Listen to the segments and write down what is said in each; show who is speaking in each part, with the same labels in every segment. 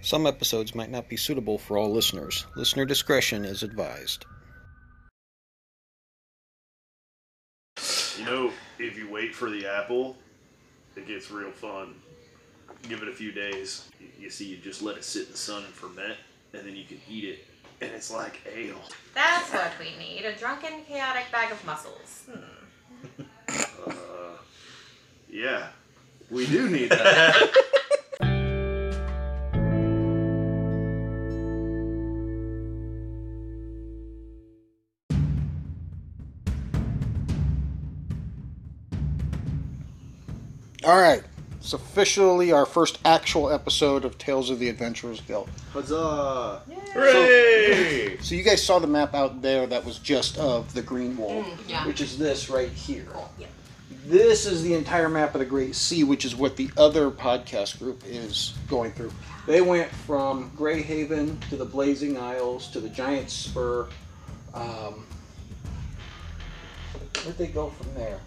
Speaker 1: Some episodes might not be suitable for all listeners. Listener discretion is advised.
Speaker 2: You know, if you wait for the apple, it gets real fun. Give it a few days. You, you see, you just let it sit in the sun and ferment, and then you can eat it, and it's like ale.
Speaker 3: That's what we need a drunken, chaotic bag of Hmm. muscles.
Speaker 2: Yeah, we do need that.
Speaker 1: All right. It's officially our first actual episode of Tales of the Adventurers Guild.
Speaker 2: Huzzah!
Speaker 4: Hooray!
Speaker 1: So you guys saw the map out there that was just of the Green Wall,
Speaker 3: yeah.
Speaker 1: which is this right here.
Speaker 3: yeah.
Speaker 1: This is the entire map of the Great Sea, which is what the other podcast group is going through. They went from Greyhaven to the Blazing Isles to the Giant Spur. Um, where'd they go from there?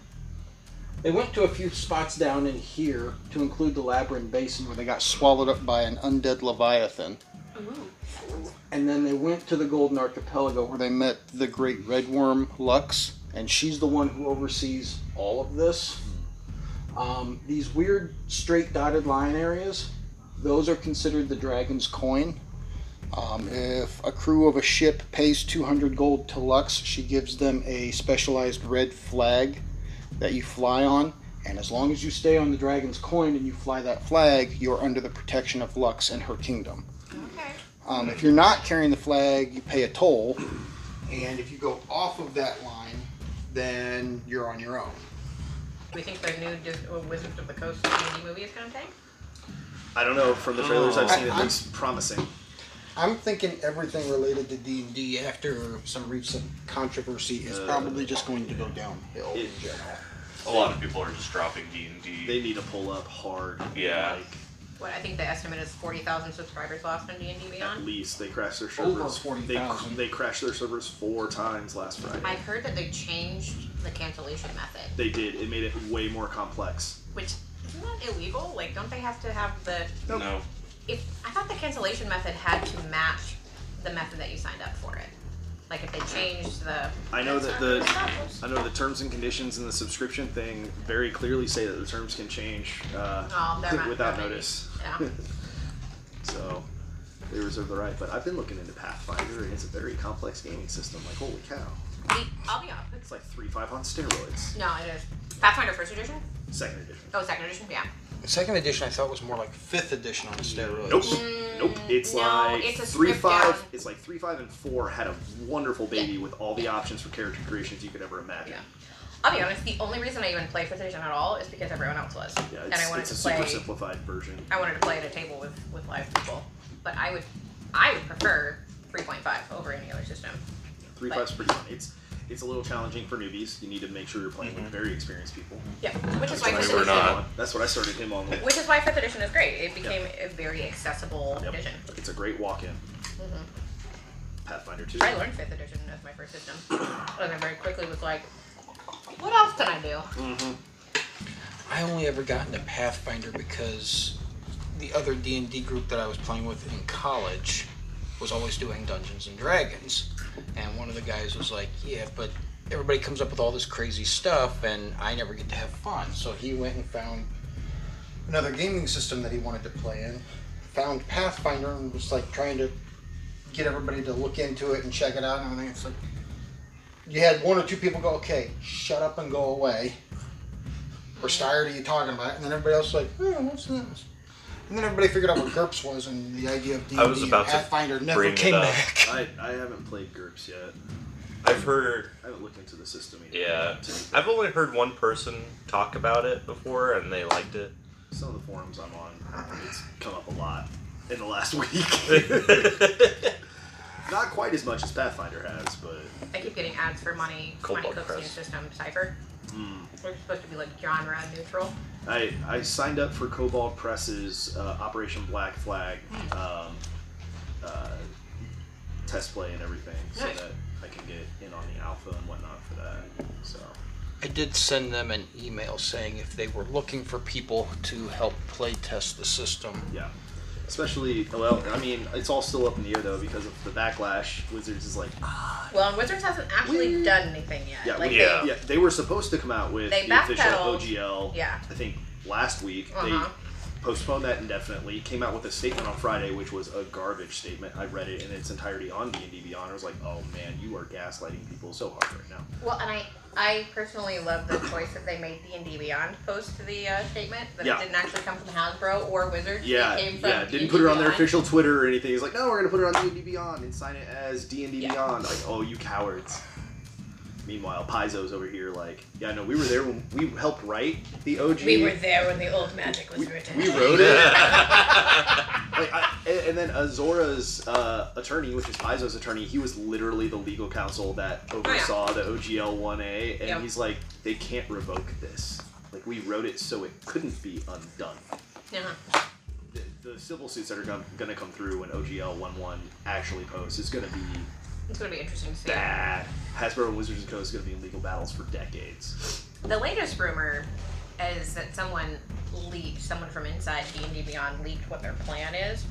Speaker 1: They went to a few spots down in here to include the Labyrinth Basin where they got swallowed up by an undead Leviathan. And then they went to the Golden Archipelago where they met the great red worm Lux, and she's the one who oversees all of this. Um, these weird straight dotted line areas, those are considered the dragon's coin. Um, if a crew of a ship pays 200 gold to Lux, she gives them a specialized red flag that you fly on. And as long as you stay on the dragon's coin and you fly that flag, you're under the protection of Lux and her kingdom.
Speaker 3: Okay.
Speaker 1: Um, if you're not carrying the flag, you pay a toll. And if you go off of that line, then you're on your own.
Speaker 3: We think the new Dis- uh, Wizards of the Coast D&D movie is going to take?
Speaker 2: I don't know. From the trailers I've seen,
Speaker 1: I-
Speaker 2: it
Speaker 1: I-
Speaker 2: looks promising.
Speaker 1: I'm thinking everything related to D and D after some recent controversy is probably just going to go downhill Uh, in
Speaker 2: it-
Speaker 1: general.
Speaker 4: A lot of people are just dropping D and D.
Speaker 2: They need to pull up hard.
Speaker 4: Yeah.
Speaker 2: Like,
Speaker 3: What I think the estimate is 40,000 subscribers lost on D&D
Speaker 2: at
Speaker 3: Beyond.
Speaker 2: least they crashed their servers.
Speaker 1: Over 40,000.
Speaker 2: They, they crashed their servers four times last Friday.
Speaker 3: I've heard that they changed the cancellation method,
Speaker 2: They did. It made it way more complex.
Speaker 3: which isn't that illegal? Like, don't they have to have the?
Speaker 4: No,
Speaker 3: If I thought the cancellation method had to match the method that you signed up for it. Like if they changed the.
Speaker 2: I know that the I know the terms and conditions in the subscription thing very clearly say that the terms can change uh,
Speaker 3: Oh, they're not-
Speaker 2: without
Speaker 3: they're not-
Speaker 2: notice.
Speaker 3: Yeah.
Speaker 2: So they reserve the right. But I've been looking into Pathfinder, and it's a very complex gaming system. Like holy cow,
Speaker 3: The- I'll be honest.
Speaker 2: it's like three five on steroids.
Speaker 3: No, it is Pathfinder first edition.
Speaker 2: Second edition.
Speaker 3: Oh, second edition. Yeah.
Speaker 1: The second edition I thought was more like fifth edition on steroids.
Speaker 2: Nope. nope. It's
Speaker 3: no,
Speaker 2: like
Speaker 3: it's a
Speaker 2: three
Speaker 3: stripped
Speaker 2: five.
Speaker 3: down.
Speaker 2: It's like three five and four had a wonderful baby with all the options for character creations you could ever imagine.
Speaker 3: Yeah. I'll be honest. The only reason I even played fifth edition at all is because everyone else was,
Speaker 2: Yeah,
Speaker 3: and
Speaker 2: it's,
Speaker 3: I wanted
Speaker 2: it's
Speaker 3: to
Speaker 2: a
Speaker 3: play.
Speaker 2: super simplified version.
Speaker 3: I wanted to play at a table with with live people, but I would I would prefer 3.5 over any other system.
Speaker 2: Three
Speaker 3: But-
Speaker 2: five's pretty fun. It's it's a little challenging for newbies. You need to make sure you're playing with very experienced people.
Speaker 3: Yeah, which is why
Speaker 2: That's
Speaker 3: fifth
Speaker 2: what I
Speaker 3: edition.
Speaker 4: we're
Speaker 2: started
Speaker 4: not.
Speaker 2: him on. That's what I started him on. with.
Speaker 3: Which is why fifth edition is great. It became a very accessible
Speaker 2: Yep.
Speaker 3: edition.
Speaker 2: It's a great walk-in. Pathfinder two.
Speaker 3: I learned fifth edition as my first system, and then very quickly was like, what else can I do?
Speaker 5: I only ever got into Pathfinder because the other D and D group that I was playing with in college was always doing Dungeons and Dragons, and one of the guys was like, "Yeah, but everybody comes up with all this crazy stuff, and I never get to have fun." So he went and found
Speaker 1: Another gaming system that he wanted to play in found Pathfinder and was like trying to get everybody to look into it and check it out and everything. It's like you had one or two people go, "Okay, shut up and go away." We're tired of you talking about it, and then everybody else was like, "Hmm, what's this?" And then everybody figured out what GURPS was and the idea of D&D
Speaker 4: I was
Speaker 1: and
Speaker 4: about to
Speaker 1: Pathfinder never
Speaker 4: bring it
Speaker 1: came
Speaker 4: up.
Speaker 1: back.
Speaker 2: I, I haven't played GURPS yet.
Speaker 4: I've heard.
Speaker 2: I haven't looked into the system either.
Speaker 4: Yeah, I've only heard one person talk about it before, and they liked it.
Speaker 2: Some of the forums I'm on, it's come up a lot in the last week.
Speaker 4: That's
Speaker 2: Not quite as much as Pathfinder has, but
Speaker 3: I keep getting ads for Monty,
Speaker 4: Cold
Speaker 3: Monty
Speaker 4: Blood
Speaker 3: Cook's new
Speaker 4: Press.
Speaker 3: system, Cypher.
Speaker 2: Hmm.
Speaker 3: We're supposed to be like genre neutral.
Speaker 2: I, I signed up for Cobalt Press's uh, Operation Black Flag um, uh, test play and everything, so
Speaker 3: Nice.
Speaker 2: that I can get in on the alpha and whatnot for that. So
Speaker 5: I did send them an email saying if they were looking for people to help play test the system,
Speaker 2: yeah, Especially, well, I mean, it's all still up in the air though because of the backlash. Wizards is like, ah,
Speaker 3: Well, and Wizards hasn't actually
Speaker 2: We-
Speaker 3: done anything yet.
Speaker 2: yeah,
Speaker 3: like
Speaker 2: we-
Speaker 4: yeah.
Speaker 3: They,
Speaker 2: yeah. They were supposed to come out with
Speaker 3: They
Speaker 2: the official
Speaker 3: backpedaled.
Speaker 2: OGL.
Speaker 3: Yeah.
Speaker 2: I think last week
Speaker 3: Uh-huh.
Speaker 2: they postponed that indefinitely. Came out with a statement on Friday, which was a garbage statement. I read it in its entirety on D and D Beyond. I was like, oh man, you are gaslighting people so hard right now.
Speaker 3: well, and I, I personally love the choice that they made D and D Beyond post to the uh, statement that
Speaker 2: Yeah.
Speaker 3: it didn't actually come from Hasbro or Wizards.
Speaker 2: Yeah,
Speaker 3: it came from
Speaker 2: yeah. Didn't
Speaker 3: D&D
Speaker 2: put it on their
Speaker 3: Beyond.
Speaker 2: official Twitter or anything. He's like, no, we're gonna put it on D and D Beyond and sign it as D and D
Speaker 3: Yeah.
Speaker 2: Beyond. Like, oh, you cowards. Meanwhile, Paizo's over here like, yeah, no, we were there when we helped write the OG.
Speaker 3: We were there when the old magic was written.
Speaker 2: we wrote it. Like, I, and and then Azora's uh, attorney, which is Paizo's attorney, he was literally the legal counsel that
Speaker 3: Oh,
Speaker 2: oversaw the OGL 1A, and
Speaker 3: Yeah.
Speaker 2: he's like, they can't revoke this. Like, we wrote it so it couldn't be undone.
Speaker 3: Uh-huh.
Speaker 2: The, the civil suits that are going to come through when OGL 11 actually posts is going to be
Speaker 3: It's gonna be interesting to see.
Speaker 2: bad. Hasbro and Wizards Co. is going to be in legal battles for decades.
Speaker 3: The latest rumor is that someone leaked, someone from inside D and D Beyond leaked what their plan is.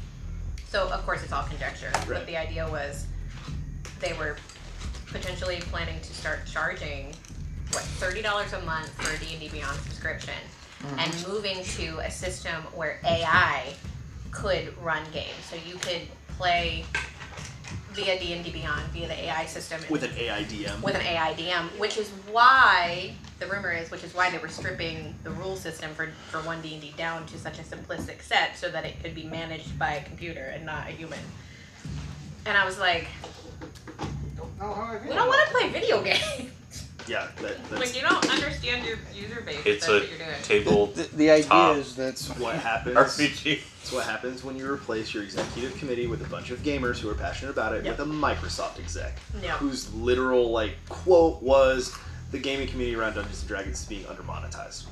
Speaker 3: So of course it's all conjecture,
Speaker 2: Right.
Speaker 3: but the idea was they were potentially planning to start charging what thirty dollars a month for a D and D Beyond subscription,
Speaker 2: Mm-hmm.
Speaker 3: and moving to a system where AI could run games. So you could play via D and D Beyond via the AI system and
Speaker 2: With an AIDM.
Speaker 3: with an AIDM, which is why the rumor is, which is why they were stripping the rule system for for one D and D down to such a simplistic set, so that it could be managed by a computer and not a human. And I was like, we don't want to play video games.
Speaker 2: yeah, that, that's
Speaker 3: like you don't understand your user base. if
Speaker 4: It's
Speaker 3: that's
Speaker 4: a
Speaker 3: what you're doing.
Speaker 4: table
Speaker 1: The, the idea
Speaker 4: Top.
Speaker 1: is that's
Speaker 2: what happens.
Speaker 4: RPG.
Speaker 2: It's what happens when you replace your executive committee with a bunch of gamers who are passionate about it
Speaker 3: Yep.
Speaker 2: with a Microsoft exec,
Speaker 3: Yeah.
Speaker 2: whose literal like quote was the gaming community around Dungeons and Dragons is being under monetized.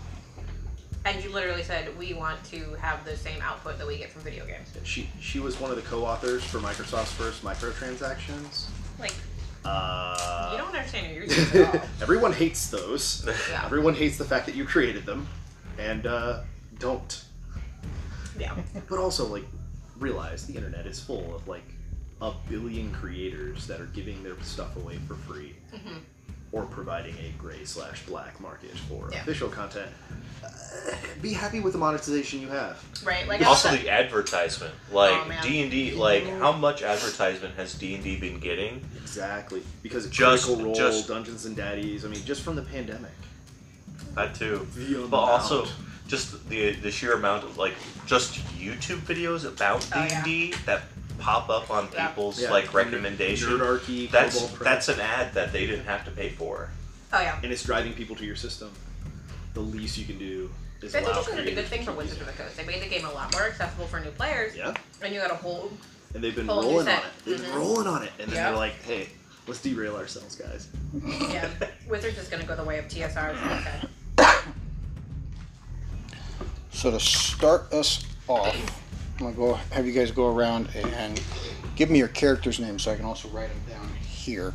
Speaker 3: and you literally said we want to have the same output that we get from video games.
Speaker 2: She she was one of the co-authors for Microsoft's first microtransactions.
Speaker 3: Like you
Speaker 2: Uh,
Speaker 3: don't understand your user base at all.
Speaker 2: everyone hates those.
Speaker 3: Yeah.
Speaker 2: Everyone hates the fact that you created them, and uh, don't.
Speaker 3: Yeah.
Speaker 2: But also, like, realize the internet is full of like a billion creators that are giving their stuff away for free,
Speaker 3: Mm-hmm.
Speaker 2: or providing a gray slash black market for
Speaker 3: Yeah.
Speaker 2: official content. Uh, be happy with the monetization you have.
Speaker 3: Right. Like I
Speaker 4: Also,
Speaker 3: said-
Speaker 4: the advertisement,
Speaker 3: Oh, man.
Speaker 4: like D and D, like how much advertisement has D and D been getting?
Speaker 2: Exactly, because of
Speaker 4: Just-
Speaker 2: Critical Role,
Speaker 4: just-
Speaker 2: Dungeons and Daddies. I mean, just from the pandemic.
Speaker 4: That too,
Speaker 2: The
Speaker 4: but also
Speaker 2: amount.
Speaker 4: just the the sheer amount of like just YouTube videos about D
Speaker 3: Oh,
Speaker 4: and D that pop up on
Speaker 3: Yeah.
Speaker 4: people's
Speaker 2: Yeah.
Speaker 4: like recommendations.
Speaker 2: Nerdarchy,
Speaker 4: That's
Speaker 2: Cobalt Press.
Speaker 4: that's an ad that they didn't have to pay for.
Speaker 3: oh yeah.
Speaker 2: and it's driving people to your system. The least you can do is
Speaker 3: That's
Speaker 2: allow
Speaker 3: actually a good
Speaker 2: creators
Speaker 3: thing
Speaker 2: to
Speaker 3: for
Speaker 2: keep
Speaker 3: Wizards of
Speaker 2: using
Speaker 3: the
Speaker 2: it.
Speaker 3: Coast. They made the game a lot more accessible for new players.
Speaker 2: Yeah,
Speaker 3: And you got a whole
Speaker 2: and they've been
Speaker 3: Full new
Speaker 2: rolling on
Speaker 3: set.
Speaker 2: it. They've been
Speaker 3: Mhm.
Speaker 2: rolling on it, and then
Speaker 3: Yeah.
Speaker 2: they're like, "Hey, let's derail ourselves, guys."
Speaker 3: yeah. Wizards is gonna go the way of TSR. so it's okay.
Speaker 1: So to start us off, I'm gonna go have you guys go around and give me your character's name so I can also write them down here.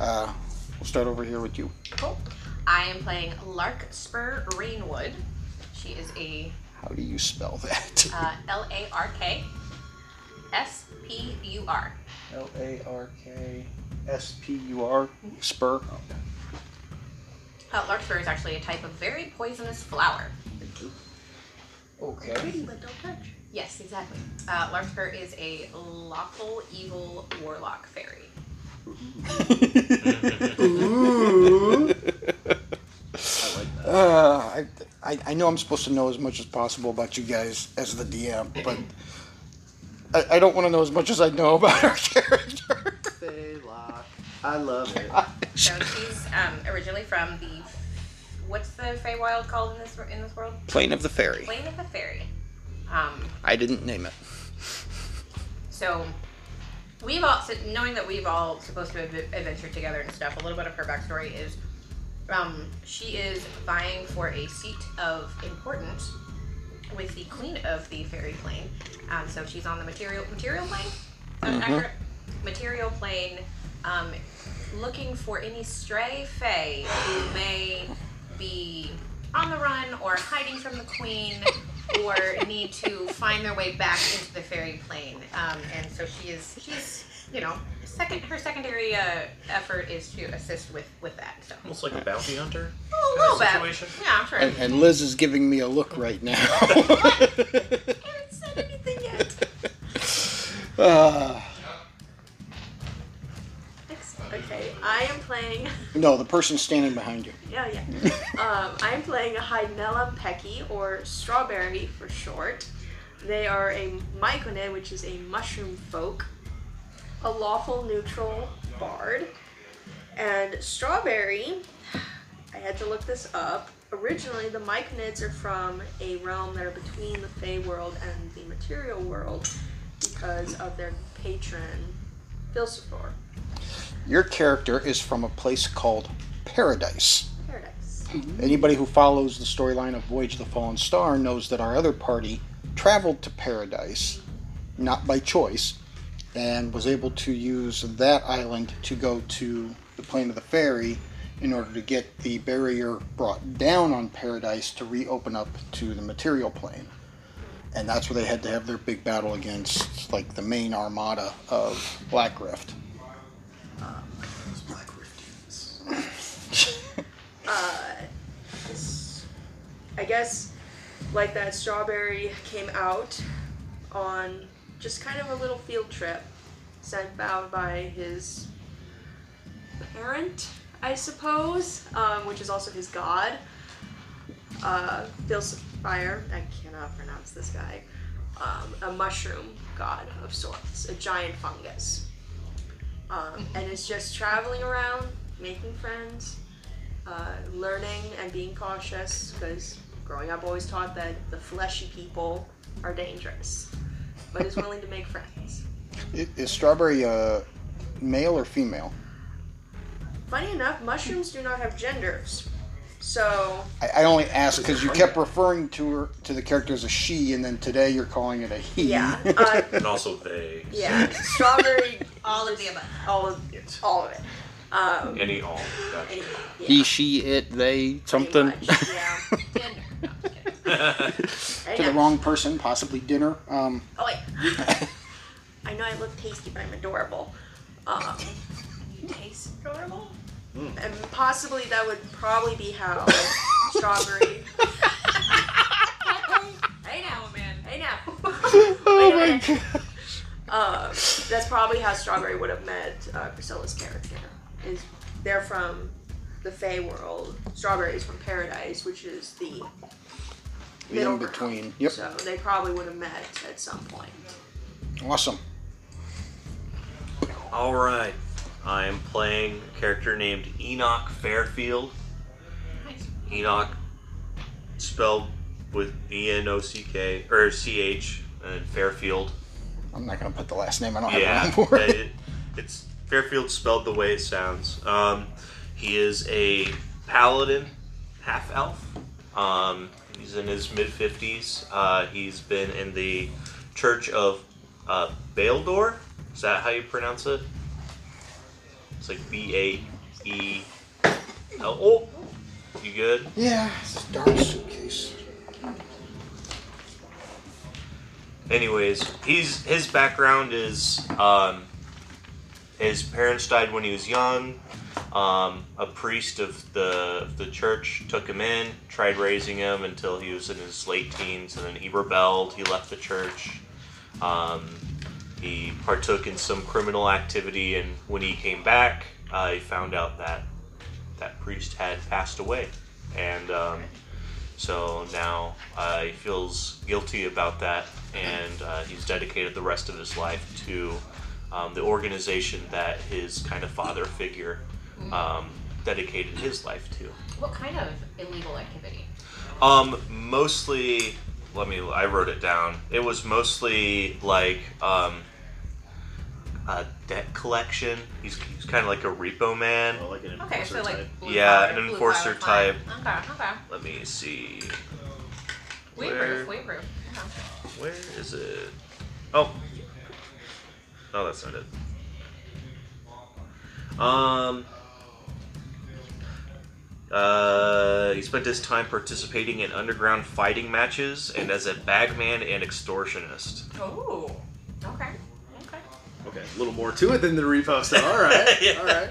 Speaker 1: Uh, we'll start over here with you.
Speaker 3: Cool. I am playing Larkspur Rainwood. She is a
Speaker 1: How do you spell that?
Speaker 3: uh, L A R K S P U R.
Speaker 1: L A R K S P U R Spur.
Speaker 3: Uh, Larkspur is actually a type of very poisonous flower.
Speaker 1: Okay.
Speaker 3: But don't touch. Yes, exactly. Uh, Larkspur is a lawful evil warlock fairy.
Speaker 2: I like that.
Speaker 1: Uh, I, I I know I'm supposed to know as much as possible about you guys as the DM, but I, I don't want to know as much as I know about our character.
Speaker 2: Faylock. I love it.
Speaker 3: So she's um, originally from the what's the Feywild called in this in this world?
Speaker 1: Plane of the Fairy.
Speaker 3: Plane of the Fairy. Um,
Speaker 1: I didn't name it.
Speaker 3: so we've all so knowing that we've all supposed to have adventured together and stuff. A little bit of her backstory is um, she is vying for a seat of importance with the queen of the fairy plane. Um, so she's on the material material plane. Is that accurate? Material plane, um, looking for any stray fae who may be on the run or hiding from the queen or need to find their way back into the fairy plane. Um, and so she is she's you know second her secondary uh, effort is to assist with with that. So
Speaker 4: Almost like a bounty hunter.
Speaker 3: a little bit.
Speaker 4: situation?
Speaker 3: Yeah, I'm sure.
Speaker 1: And, and Liz is giving me a look right now.
Speaker 3: I haven't said anything yet.
Speaker 1: uh,
Speaker 6: Okay, I am playing.
Speaker 1: no, the person standing behind you.
Speaker 6: Yeah, yeah. um, I'm playing a Hydnella Pecky, or Strawberry for short. They are a Myconid, which is a mushroom folk, a lawful neutral bard, and Strawberry. I had to look this up. Originally, the Myconids are from a realm that are between the Fey world and the material world because of their patron, Philsifor.
Speaker 1: Your character is from a place called Paradise.
Speaker 6: Paradise.
Speaker 1: Anybody who follows the storyline of Voyage of the Fallen Star knows that our other party traveled to Paradise, not by choice, and was able to use that island to go to the plane of the fairy in order to get the barrier brought down on Paradise to reopen up to the material plane. And that's where they had to have their big battle against like the main armada of Black Rift.
Speaker 6: I guess like that strawberry came out on just kind of a little field trip sent out by his parent, I suppose, um, which is also his god. Uh, Phil Sapphire, I cannot pronounce this guy, um, a mushroom god of sorts, a giant fungus. Um, and is just traveling around, making friends, uh, learning and being cautious because growing up always taught that the fleshy people are dangerous, but is willing to make friends.
Speaker 1: I- Is Strawberry uh, male or female?
Speaker 6: Funny enough, mushrooms do not have genders, so
Speaker 1: I, I only asked because you kept referring to her to the character as a she, and then today you're calling it a he.
Speaker 6: yeah, uh,
Speaker 4: And also they.
Speaker 6: yeah, strawberry,
Speaker 3: All of the above.
Speaker 6: all of
Speaker 4: Yes.
Speaker 6: all of it. Um,
Speaker 4: Any all. Gotcha.
Speaker 6: any- yeah,
Speaker 1: he, she, it, they,
Speaker 6: pretty
Speaker 1: something
Speaker 6: much, yeah.
Speaker 3: Gender. No, I'm just kidding.
Speaker 6: I
Speaker 1: to the
Speaker 6: know.
Speaker 1: wrong person, possibly dinner. Um,
Speaker 6: Oh wait. I know I look tasty, but I'm adorable. Um,
Speaker 3: You taste adorable.
Speaker 6: and possibly that would probably be how strawberry
Speaker 3: Hey now, man.
Speaker 6: I know. oh my god. Um, that's probably how Strawberry would have met uh, Priscilla's character. Is they're from the Fey world. Strawberry is from Paradise, which is the
Speaker 1: the
Speaker 6: middle
Speaker 1: in
Speaker 6: ground.
Speaker 1: between. Yep.
Speaker 6: So they probably would have met at some point.
Speaker 1: Awesome.
Speaker 4: All right. I am playing a character named Enoch Fairfield.
Speaker 3: Nice.
Speaker 4: Enoch, spelled with E N O C K or C H, and Fairfield.
Speaker 1: I'm not gonna put the last name. I don't have
Speaker 4: Yeah,
Speaker 1: one for it.
Speaker 4: it- it's Fairfield spelled the way it sounds. Um, he is a paladin, half elf. Um, he's in his mid fifties. Uh, he's been in the Church of uh, Baildor. Is that how you pronounce it? It's like B A E L. Oh, you good?
Speaker 1: Yeah. This darn suitcase.
Speaker 4: anyways, he's his background is um, his parents died when he was young. Um, a priest of the of the church took him in, tried raising him until he was in his late teens, and then he rebelled. He left the church. Um, he partook in some criminal activity, and when he came back, uh, he found out that that priest had passed away, and um, so now uh, he feels guilty about that, and uh, he's dedicated the rest of his life to um, the organization that his kind of father figure um, dedicated his life to.
Speaker 3: What kind of illegal activity?
Speaker 4: Um, mostly, let me. I wrote it down. It was mostly like um, uh, debt collection. He's, he's kind of like a repo man.
Speaker 2: Well, like an
Speaker 3: Okay,
Speaker 2: enforcer
Speaker 3: so
Speaker 2: type.
Speaker 3: like blue
Speaker 4: Yeah,
Speaker 3: collar,
Speaker 4: an
Speaker 3: blue collar
Speaker 4: enforcer
Speaker 3: crime. Okay, okay.
Speaker 4: Let me see.
Speaker 3: Wait
Speaker 4: Where-
Speaker 3: proof, wait proof. Okay.
Speaker 4: Where is it? Oh. Oh, that's not it. Um. Uh, he spent his time participating in underground fighting matches and as a bagman and extortionist.
Speaker 3: Oh. Okay. Okay.
Speaker 2: Okay, a little more to it than the repost. All right,
Speaker 4: Yeah.
Speaker 2: all right.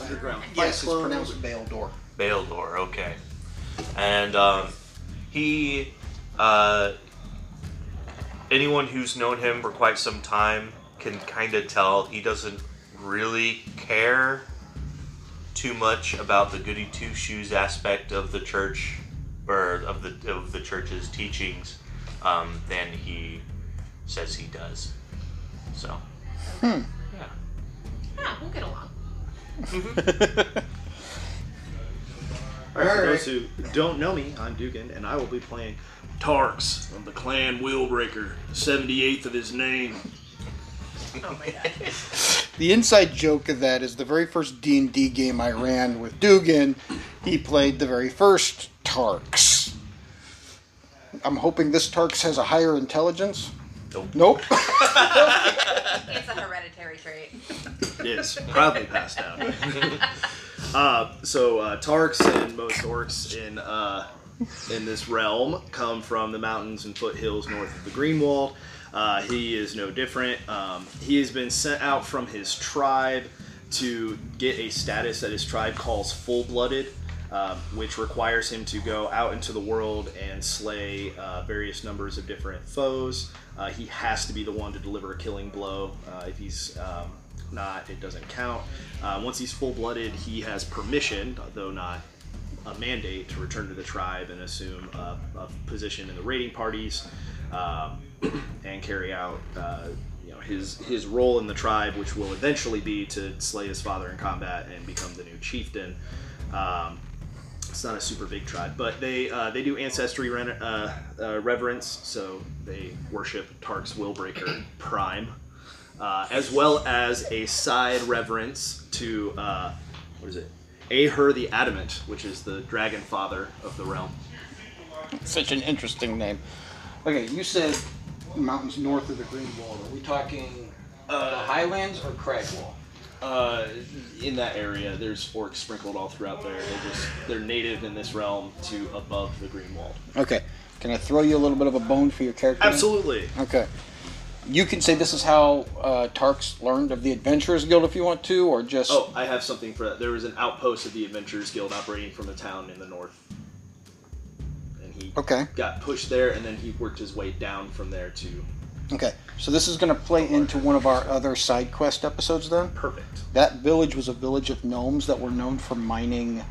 Speaker 2: Underground.
Speaker 1: Yes, it's
Speaker 2: Fight Club.
Speaker 1: pronounced Baildor.
Speaker 4: Baildor, okay. And um, he, uh, anyone who's known him for quite some time can kind of tell he doesn't really care too much about the goody two shoes aspect of the church or of the of the church's teachings um, than he says he does. So, yeah.
Speaker 3: Yeah, we'll get along.
Speaker 2: All right, for
Speaker 1: All
Speaker 2: those who don't know me, I'm Dugan, and I will be playing Tarx from the clan Wheelbreaker, 78th of his name.
Speaker 3: Oh my god.
Speaker 1: The inside joke of that is the very first D and D game I ran with Dugan, he played the very first Tarx. I'm hoping this Tarx has a higher intelligence.
Speaker 4: Nope.
Speaker 1: Nope.
Speaker 3: it's a hereditary trait.
Speaker 2: Yes, probably passed out. uh, so uh, Tarks and most orcs in uh, in this realm come from the mountains and foothills north of the Greenwald. Uh, he is no different. Um, he has been sent out from his tribe to get a status that his tribe calls full-blooded. Um, which requires him to go out into the world and slay uh, various numbers of different foes. Uh, he has to be the one to deliver a killing blow. Uh, if he's um, not, it doesn't count. Uh, once he's full blooded, he has permission, though not a mandate, to return to the tribe and assume a, a position in the raiding parties um, and carry out. Uh, you know, his, his role in the tribe, which will eventually be to slay his father in combat and become the new chieftain. Um, it's not a super big tribe, but they uh, they do ancestry ren- uh, uh, reverence, so they worship Tark's Willbreaker Prime, uh, as well as a side reverence to uh, what is it? Aher the Adamant, which is the dragon father of the realm.
Speaker 1: Such an interesting name. Okay, you said mountains north of the Greenwald. Are we talking the Highlands or Cragwall?
Speaker 2: Uh, in that area, there's orcs sprinkled all throughout there. They're just they're native in this realm to above the Greenwald.
Speaker 1: Okay. Can I throw you a little bit of a bone for your character? name?
Speaker 2: Absolutely.
Speaker 1: Okay. You can say this is how uh, Tarks learned of the Adventurers Guild if you want to, or just
Speaker 2: Oh, I have something for that. There was an outpost of the Adventurers Guild operating from a town in the north. And he
Speaker 1: okay.
Speaker 2: got pushed there, and then he worked his way down from there to
Speaker 1: Okay, so this is going to play into one of our other side quest episodes, then.
Speaker 2: perfect.
Speaker 1: That village was a village of gnomes that were known for mining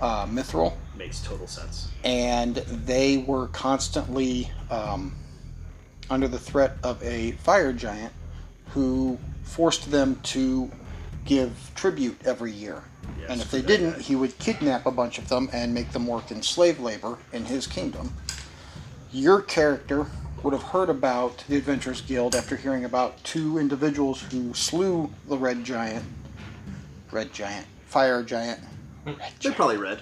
Speaker 1: uh, mithril,
Speaker 2: Makes total sense.
Speaker 1: and they were constantly um, under the threat of a fire giant who forced them to give tribute every year.
Speaker 2: Yes,
Speaker 1: and if
Speaker 2: for
Speaker 1: they
Speaker 2: that
Speaker 1: didn't,
Speaker 2: guy.
Speaker 1: he would kidnap a bunch of them and make them work in slave labor in his kingdom. Your character would have heard about the Adventurers Guild after hearing about two individuals who slew the Red Giant. Red Giant. Fire Giant.
Speaker 2: They're probably red.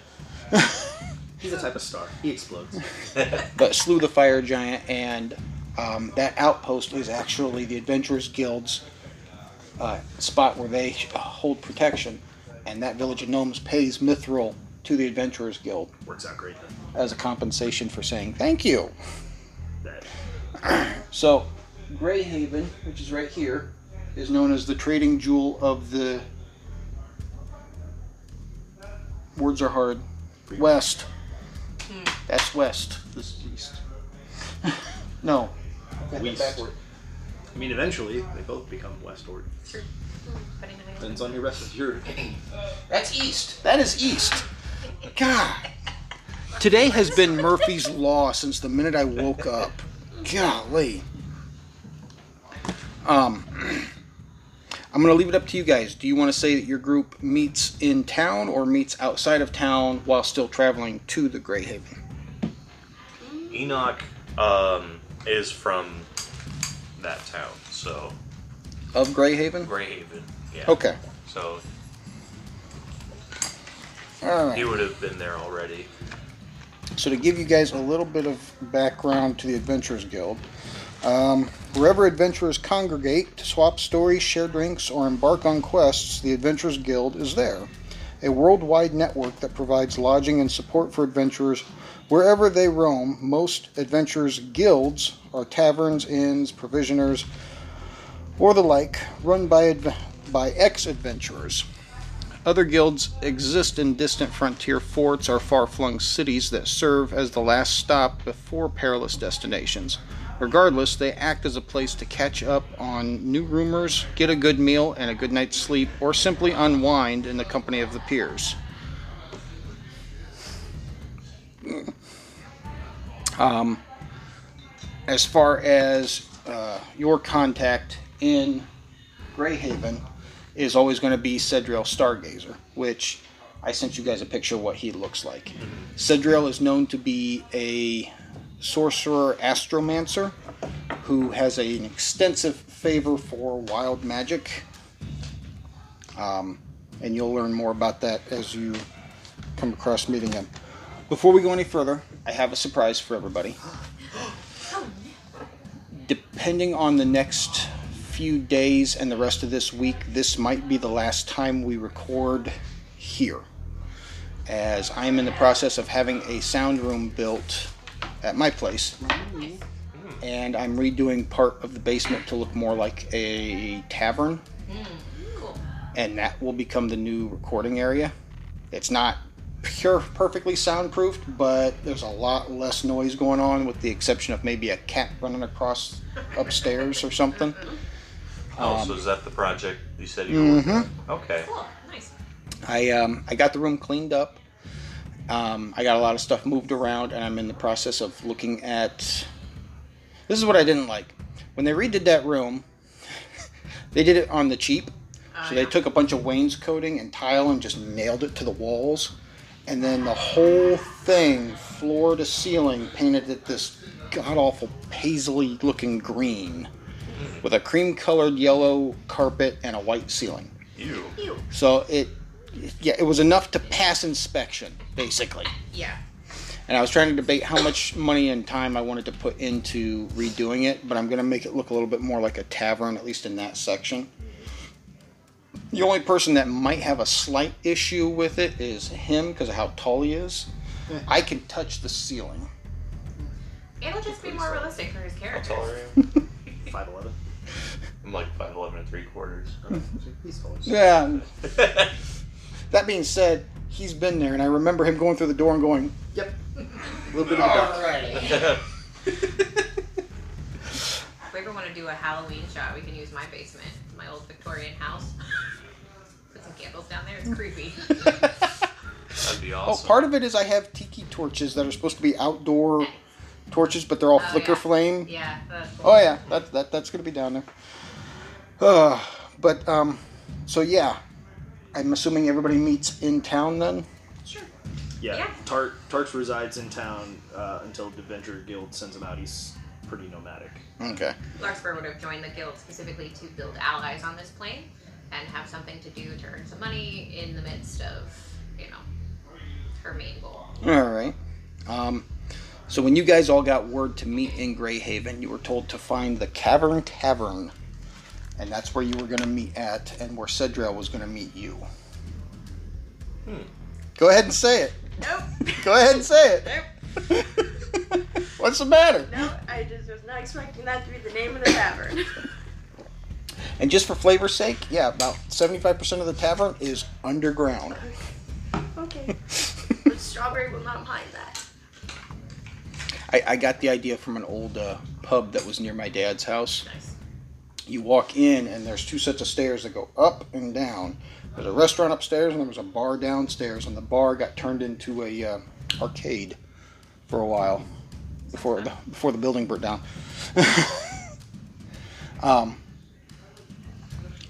Speaker 2: He's a type of star. He explodes.
Speaker 1: but slew the fire giant, and um, that outpost is actually the Adventurers Guild's uh, spot where they uh, hold protection. And that village of gnomes pays Mithril to the Adventurers Guild
Speaker 2: Works out great then.
Speaker 1: as a compensation for saying thank you.
Speaker 2: That
Speaker 1: So, Greyhaven, which is right here, is known as the trading jewel of the. Words are hard. West. That's west. This is east. no.
Speaker 2: West.
Speaker 1: Backward.
Speaker 2: I mean, eventually they both become Westward.
Speaker 3: Sure. Putting it in.
Speaker 2: Depends on your rest of your.
Speaker 1: That's east. That is east. God. Today has been Murphy's Law since the minute I woke up. Golly. Um, I'm going to leave it up to you guys. Do you want to say that your group meets in town or meets outside of town while still traveling to the Greyhaven?
Speaker 4: Enoch um, is from that town, so
Speaker 1: Of Greyhaven?
Speaker 4: Greyhaven. Yeah.
Speaker 1: Okay.
Speaker 4: So
Speaker 1: All
Speaker 4: he
Speaker 1: right.
Speaker 4: would have been there already.
Speaker 1: So, to give you guys a little bit of background to the Adventurers Guild, Um, wherever adventurers congregate to swap stories, share drinks, or embark on quests, the Adventurers Guild is there. a worldwide network that provides lodging and support for adventurers wherever they roam. Most adventurers' guilds are taverns, inns, provisioners, or the like, run by, adv- by ex adventurers. Other guilds exist in distant frontier forts or far flung cities that serve as the last stop before perilous destinations. Regardless, they act as a place to catch up on new rumors, get a good meal and a good night's sleep, or simply unwind in the company of the peers. Um, as far as uh, your contact in Greyhaven, is always going to be Cedril Stargazer, which I sent you guys a picture of what he looks like. Cedril is known to be a sorcerer astromancer who has a- an extensive favor for wild magic. Um, and you'll learn more about that as you come across meeting him. Before we go any further, I have a surprise for everybody. Depending on the next few days and the rest of this week, this might be the last time we record here. As I am in the process of having a sound room built at my place, and I'm redoing part of the basement to look more like a tavern,
Speaker 3: Cool.
Speaker 1: and that will become the new recording area. It's not pure perfectly soundproofed, but there's a lot less noise going on, with the exception of maybe a cat running across upstairs or something. Um,
Speaker 4: Oh, so is that the project you said you were working on?
Speaker 1: mm-hmm.
Speaker 4: Okay.
Speaker 3: Cool. Nice.
Speaker 1: I um, I got the room cleaned up. Um, I got a lot of stuff moved around, and I'm in the process of looking at. This is what I didn't like when they redid that room. they did it on the cheap, so they took a bunch of wainscoting and tile and just nailed it to the walls, and then the whole thing, floor to ceiling, painted it this god awful paisley looking green, with a cream colored yellow carpet and a white ceiling.
Speaker 4: You.
Speaker 3: You.
Speaker 1: So it, yeah, it was enough to pass inspection, basically.
Speaker 3: Yeah.
Speaker 1: And I was trying to debate how much money and time I wanted to put into redoing it, but I'm going to make it look a little bit more like a tavern, at least in that section. The only person that might have a slight issue with it is him because of how tall he is. I can touch the ceiling.
Speaker 3: It'll just be more realistic for his
Speaker 4: How
Speaker 3: character.
Speaker 4: tall are you?
Speaker 2: Five eleven.
Speaker 4: I'm like 5'11 and 3 quarters.
Speaker 2: He's taller.
Speaker 1: Yeah. That being said, he's been there, and I remember him going through the door and going, Oh, "Yep." A little bit of a duck.
Speaker 3: Alrighty.
Speaker 4: That's
Speaker 3: If we ever want to do a Halloween shot, we can use my basement, my old Victorian house. Put some candles down there. It's creepy.
Speaker 4: That'd be
Speaker 1: Oh,
Speaker 4: awesome.
Speaker 1: part of it is I have tiki torches that are supposed to be outdoor torches, but they're all
Speaker 3: Oh,
Speaker 1: flicker
Speaker 3: yeah.
Speaker 1: flame.
Speaker 3: yeah. That's cool.
Speaker 1: Oh yeah, that, that that's gonna be down there. Uh, but um, so yeah, I'm assuming everybody meets in town then.
Speaker 3: Sure.
Speaker 2: Yeah.
Speaker 3: Yeah.
Speaker 2: Tart Tarts resides in town uh, until the Venture Guild sends him out. He's pretty nomadic.
Speaker 1: Okay.
Speaker 3: Larkspur would have joined the guild specifically to build allies on this plane and have something to do to earn some money in the midst of, you know, her main goal.
Speaker 1: All right. Um, so when you guys all got word to meet in Greyhaven, you were told to find the Cavern Tavern, and that's where you were gonna meet at, and where Cedrel was gonna meet you. Go ahead and say it.
Speaker 3: Nope.
Speaker 1: Go ahead and say it. What's the matter?
Speaker 6: No, I just was not expecting that to be the name of the tavern.
Speaker 1: And just for flavor's sake, yeah, about 75% of the tavern is underground.
Speaker 6: okay. But Strawberry will not mind that.
Speaker 1: I, I got the idea from an old uh, pub that was near my dad's house.
Speaker 3: Nice.
Speaker 1: You walk in, and there's two sets of stairs that go up and down. There's a restaurant upstairs, and there was a bar downstairs, and the bar got turned into a uh, arcade for a while before the, before the building burnt down. um,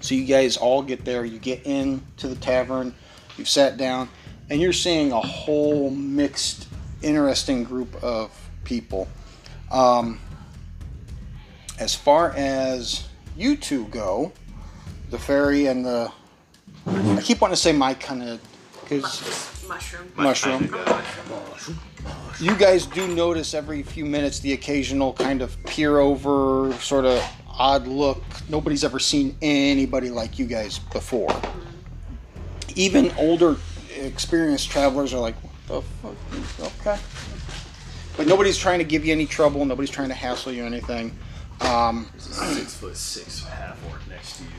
Speaker 1: so you guys all get there. You get in to the tavern. You've sat down, and you're seeing a whole mixed, interesting group of people. Um, as far as you two go, the fairy and the I keep wanting to say my kind of because
Speaker 6: Mushroom.
Speaker 1: Mushroom.
Speaker 4: Kinda guy.
Speaker 1: you guys do notice every few minutes the occasional kind of peer over sort of odd look nobody's ever seen anybody like you guys before even older experienced travelers are like, what the fuck? Okay. But nobody's trying to give you any trouble. Nobody's trying to hassle you or anything. Um,
Speaker 2: There's a six foot six half orc next to you.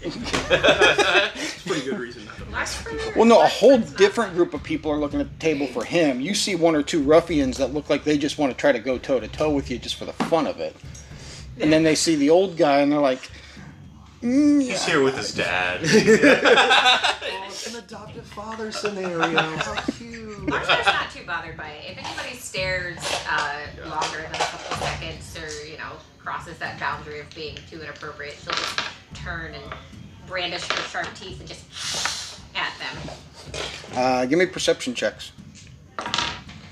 Speaker 2: it's pretty good reason not to mess
Speaker 3: Last for-
Speaker 1: well, no, a
Speaker 3: last
Speaker 1: whole
Speaker 3: for-
Speaker 1: different group of people are looking at the table for him. You see one or two ruffians that look like they just want to try to go toe to toe with you just for the fun of it. And then they see the old guy and they're like, mm,
Speaker 4: He's here with his dad.
Speaker 2: It's an adoptive father scenario. How cute.
Speaker 3: Marshall's not too bothered by it. If anybody stares uh, longer than a couple of seconds or, you know, crosses that boundary of being too inappropriate, she'll just turn and brandish her sharp teeth and just at them.
Speaker 1: uh, give me perception checks.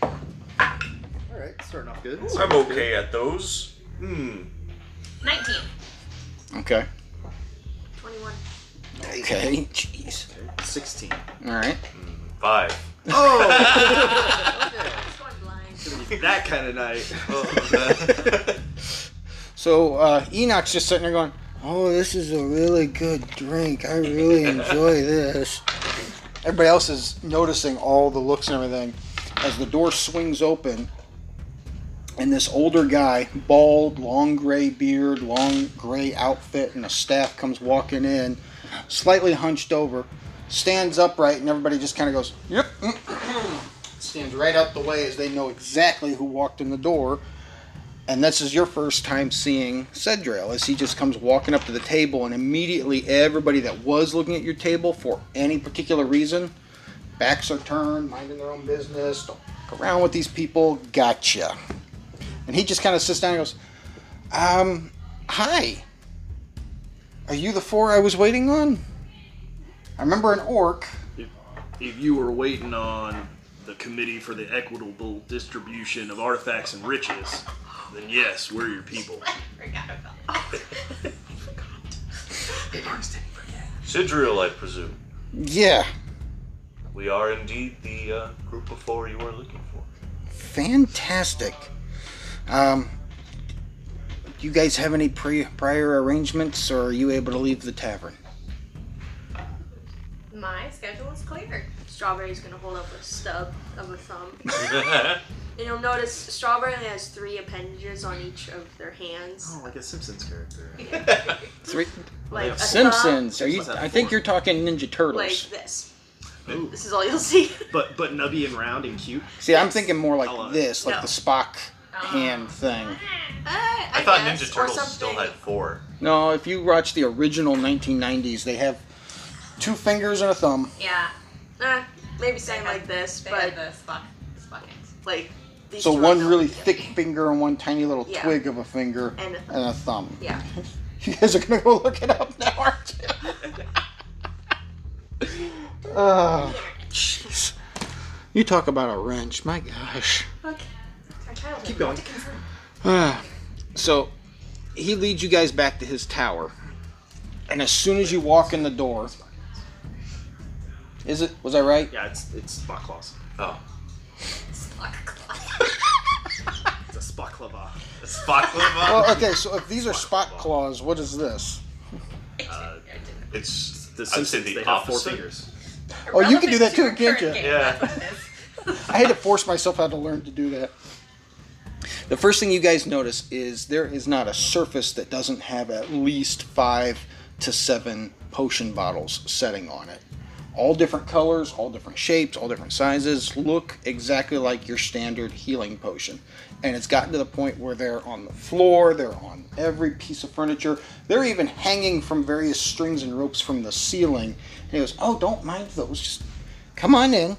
Speaker 2: All right, starting off good.
Speaker 4: I'm okay at those. Hmm.
Speaker 3: 19.
Speaker 1: Okay.
Speaker 3: 21.
Speaker 1: Okay. Jeez.
Speaker 2: 16.
Speaker 1: All right.
Speaker 4: Five.
Speaker 2: Oh,
Speaker 3: Just going blind.
Speaker 2: that kind of night.
Speaker 1: So uh, Enoch's just sitting there going, "Oh, this is a really good drink. I really enjoy this." Everybody else is noticing all the looks and everything as the door swings open, and this older guy, bald, long gray beard, long gray outfit, and a staff comes walking in, slightly hunched over, stands upright, and everybody just kind of goes, "Yep." mm-hmm." Stands right out the way as they know exactly who walked in the door. And this is your first time seeing Cedrail as he just comes walking up to the table, and immediately everybody that was looking at your table for any particular reason, backs are turned, minding their own business, don't fuck around with these people, gotcha. And he just kind of sits down and goes, um, hi. Are you the four I was waiting on? I remember an orc.
Speaker 2: If, if you were waiting on the committee for the equitable distribution of artifacts and riches, then yes, we're your people.
Speaker 3: I forgot about that.
Speaker 4: Sidriel, I presume.
Speaker 1: Yeah,
Speaker 4: We are indeed the uh, group of four you were looking for.
Speaker 1: fantastic. Um, do you guys have any pre- prior arrangements, or are you able to leave the tavern?
Speaker 3: My schedule is cleared.
Speaker 6: Strawberry's gonna hold up a stub of a thumb. And you'll notice Strawberry only has three appendages on each of their hands.
Speaker 2: Oh, like a Simpsons character.
Speaker 1: Three
Speaker 6: Like a
Speaker 1: Simpsons. Are you?
Speaker 2: Simpsons have
Speaker 1: I think
Speaker 2: four.
Speaker 1: you're talking Ninja
Speaker 6: thumb, like
Speaker 1: Turtles.
Speaker 6: this.
Speaker 2: Ooh.
Speaker 6: This is all you'll see.
Speaker 2: But but nubby and round and cute.
Speaker 1: See, I'm thinking more like
Speaker 2: I love it.
Speaker 1: this, like
Speaker 6: No. Uh-huh.
Speaker 1: the Spock
Speaker 3: Oh.
Speaker 1: hand thing.
Speaker 6: Uh, I,
Speaker 4: I thought
Speaker 6: guess,
Speaker 4: Ninja
Speaker 6: or
Speaker 4: Turtles still
Speaker 6: something.
Speaker 4: had four.
Speaker 1: No, if you watch the original 1990s, they have two fingers and a thumb.
Speaker 3: Yeah.
Speaker 6: Uh, maybe saying
Speaker 3: had-
Speaker 6: like this,
Speaker 3: They
Speaker 6: but
Speaker 3: had the Spock, Spock hands.
Speaker 6: like these
Speaker 1: So
Speaker 6: two
Speaker 1: one
Speaker 6: are-
Speaker 1: really thick finger and one tiny little
Speaker 6: Yeah.
Speaker 1: twig of a finger
Speaker 6: And a
Speaker 1: and a thumb.
Speaker 6: Yeah.
Speaker 1: You guys are gonna go look it up now, aren't you? Oh, jeez. You talk about a wrench, my gosh.
Speaker 2: Keep going.
Speaker 1: Ah. so he leads you guys back to his tower. And as soon as you walk in the door, is it? Was I right?
Speaker 2: Yeah, it's it's Spock
Speaker 4: Oh.
Speaker 3: Spock claws.
Speaker 2: It's a Spoklava.
Speaker 4: Spoklava?
Speaker 1: Well, Oh, okay, so if these are spot claws, what is this?
Speaker 4: It's
Speaker 2: The
Speaker 4: I'd say
Speaker 2: Simpsons,
Speaker 4: the
Speaker 2: they have
Speaker 4: opposite.
Speaker 2: four fingers.
Speaker 1: Oh, you can do that
Speaker 3: Irrelevant
Speaker 1: too,
Speaker 3: to our
Speaker 1: can't
Speaker 3: current
Speaker 1: you?
Speaker 3: game, that's
Speaker 4: Yeah.
Speaker 3: what it is.
Speaker 1: I had to force myself how to learn to do that. The first thing you guys notice is there is not a surface that doesn't have at least five to seven potion bottles setting on it. All different colors, all different shapes, all different sizes, look exactly like your standard healing potion. And it's gotten to the point where they're on the floor, they're on every piece of furniture, they're even hanging from various strings and ropes from the ceiling. And he goes, Oh, don't mind those, just come on in.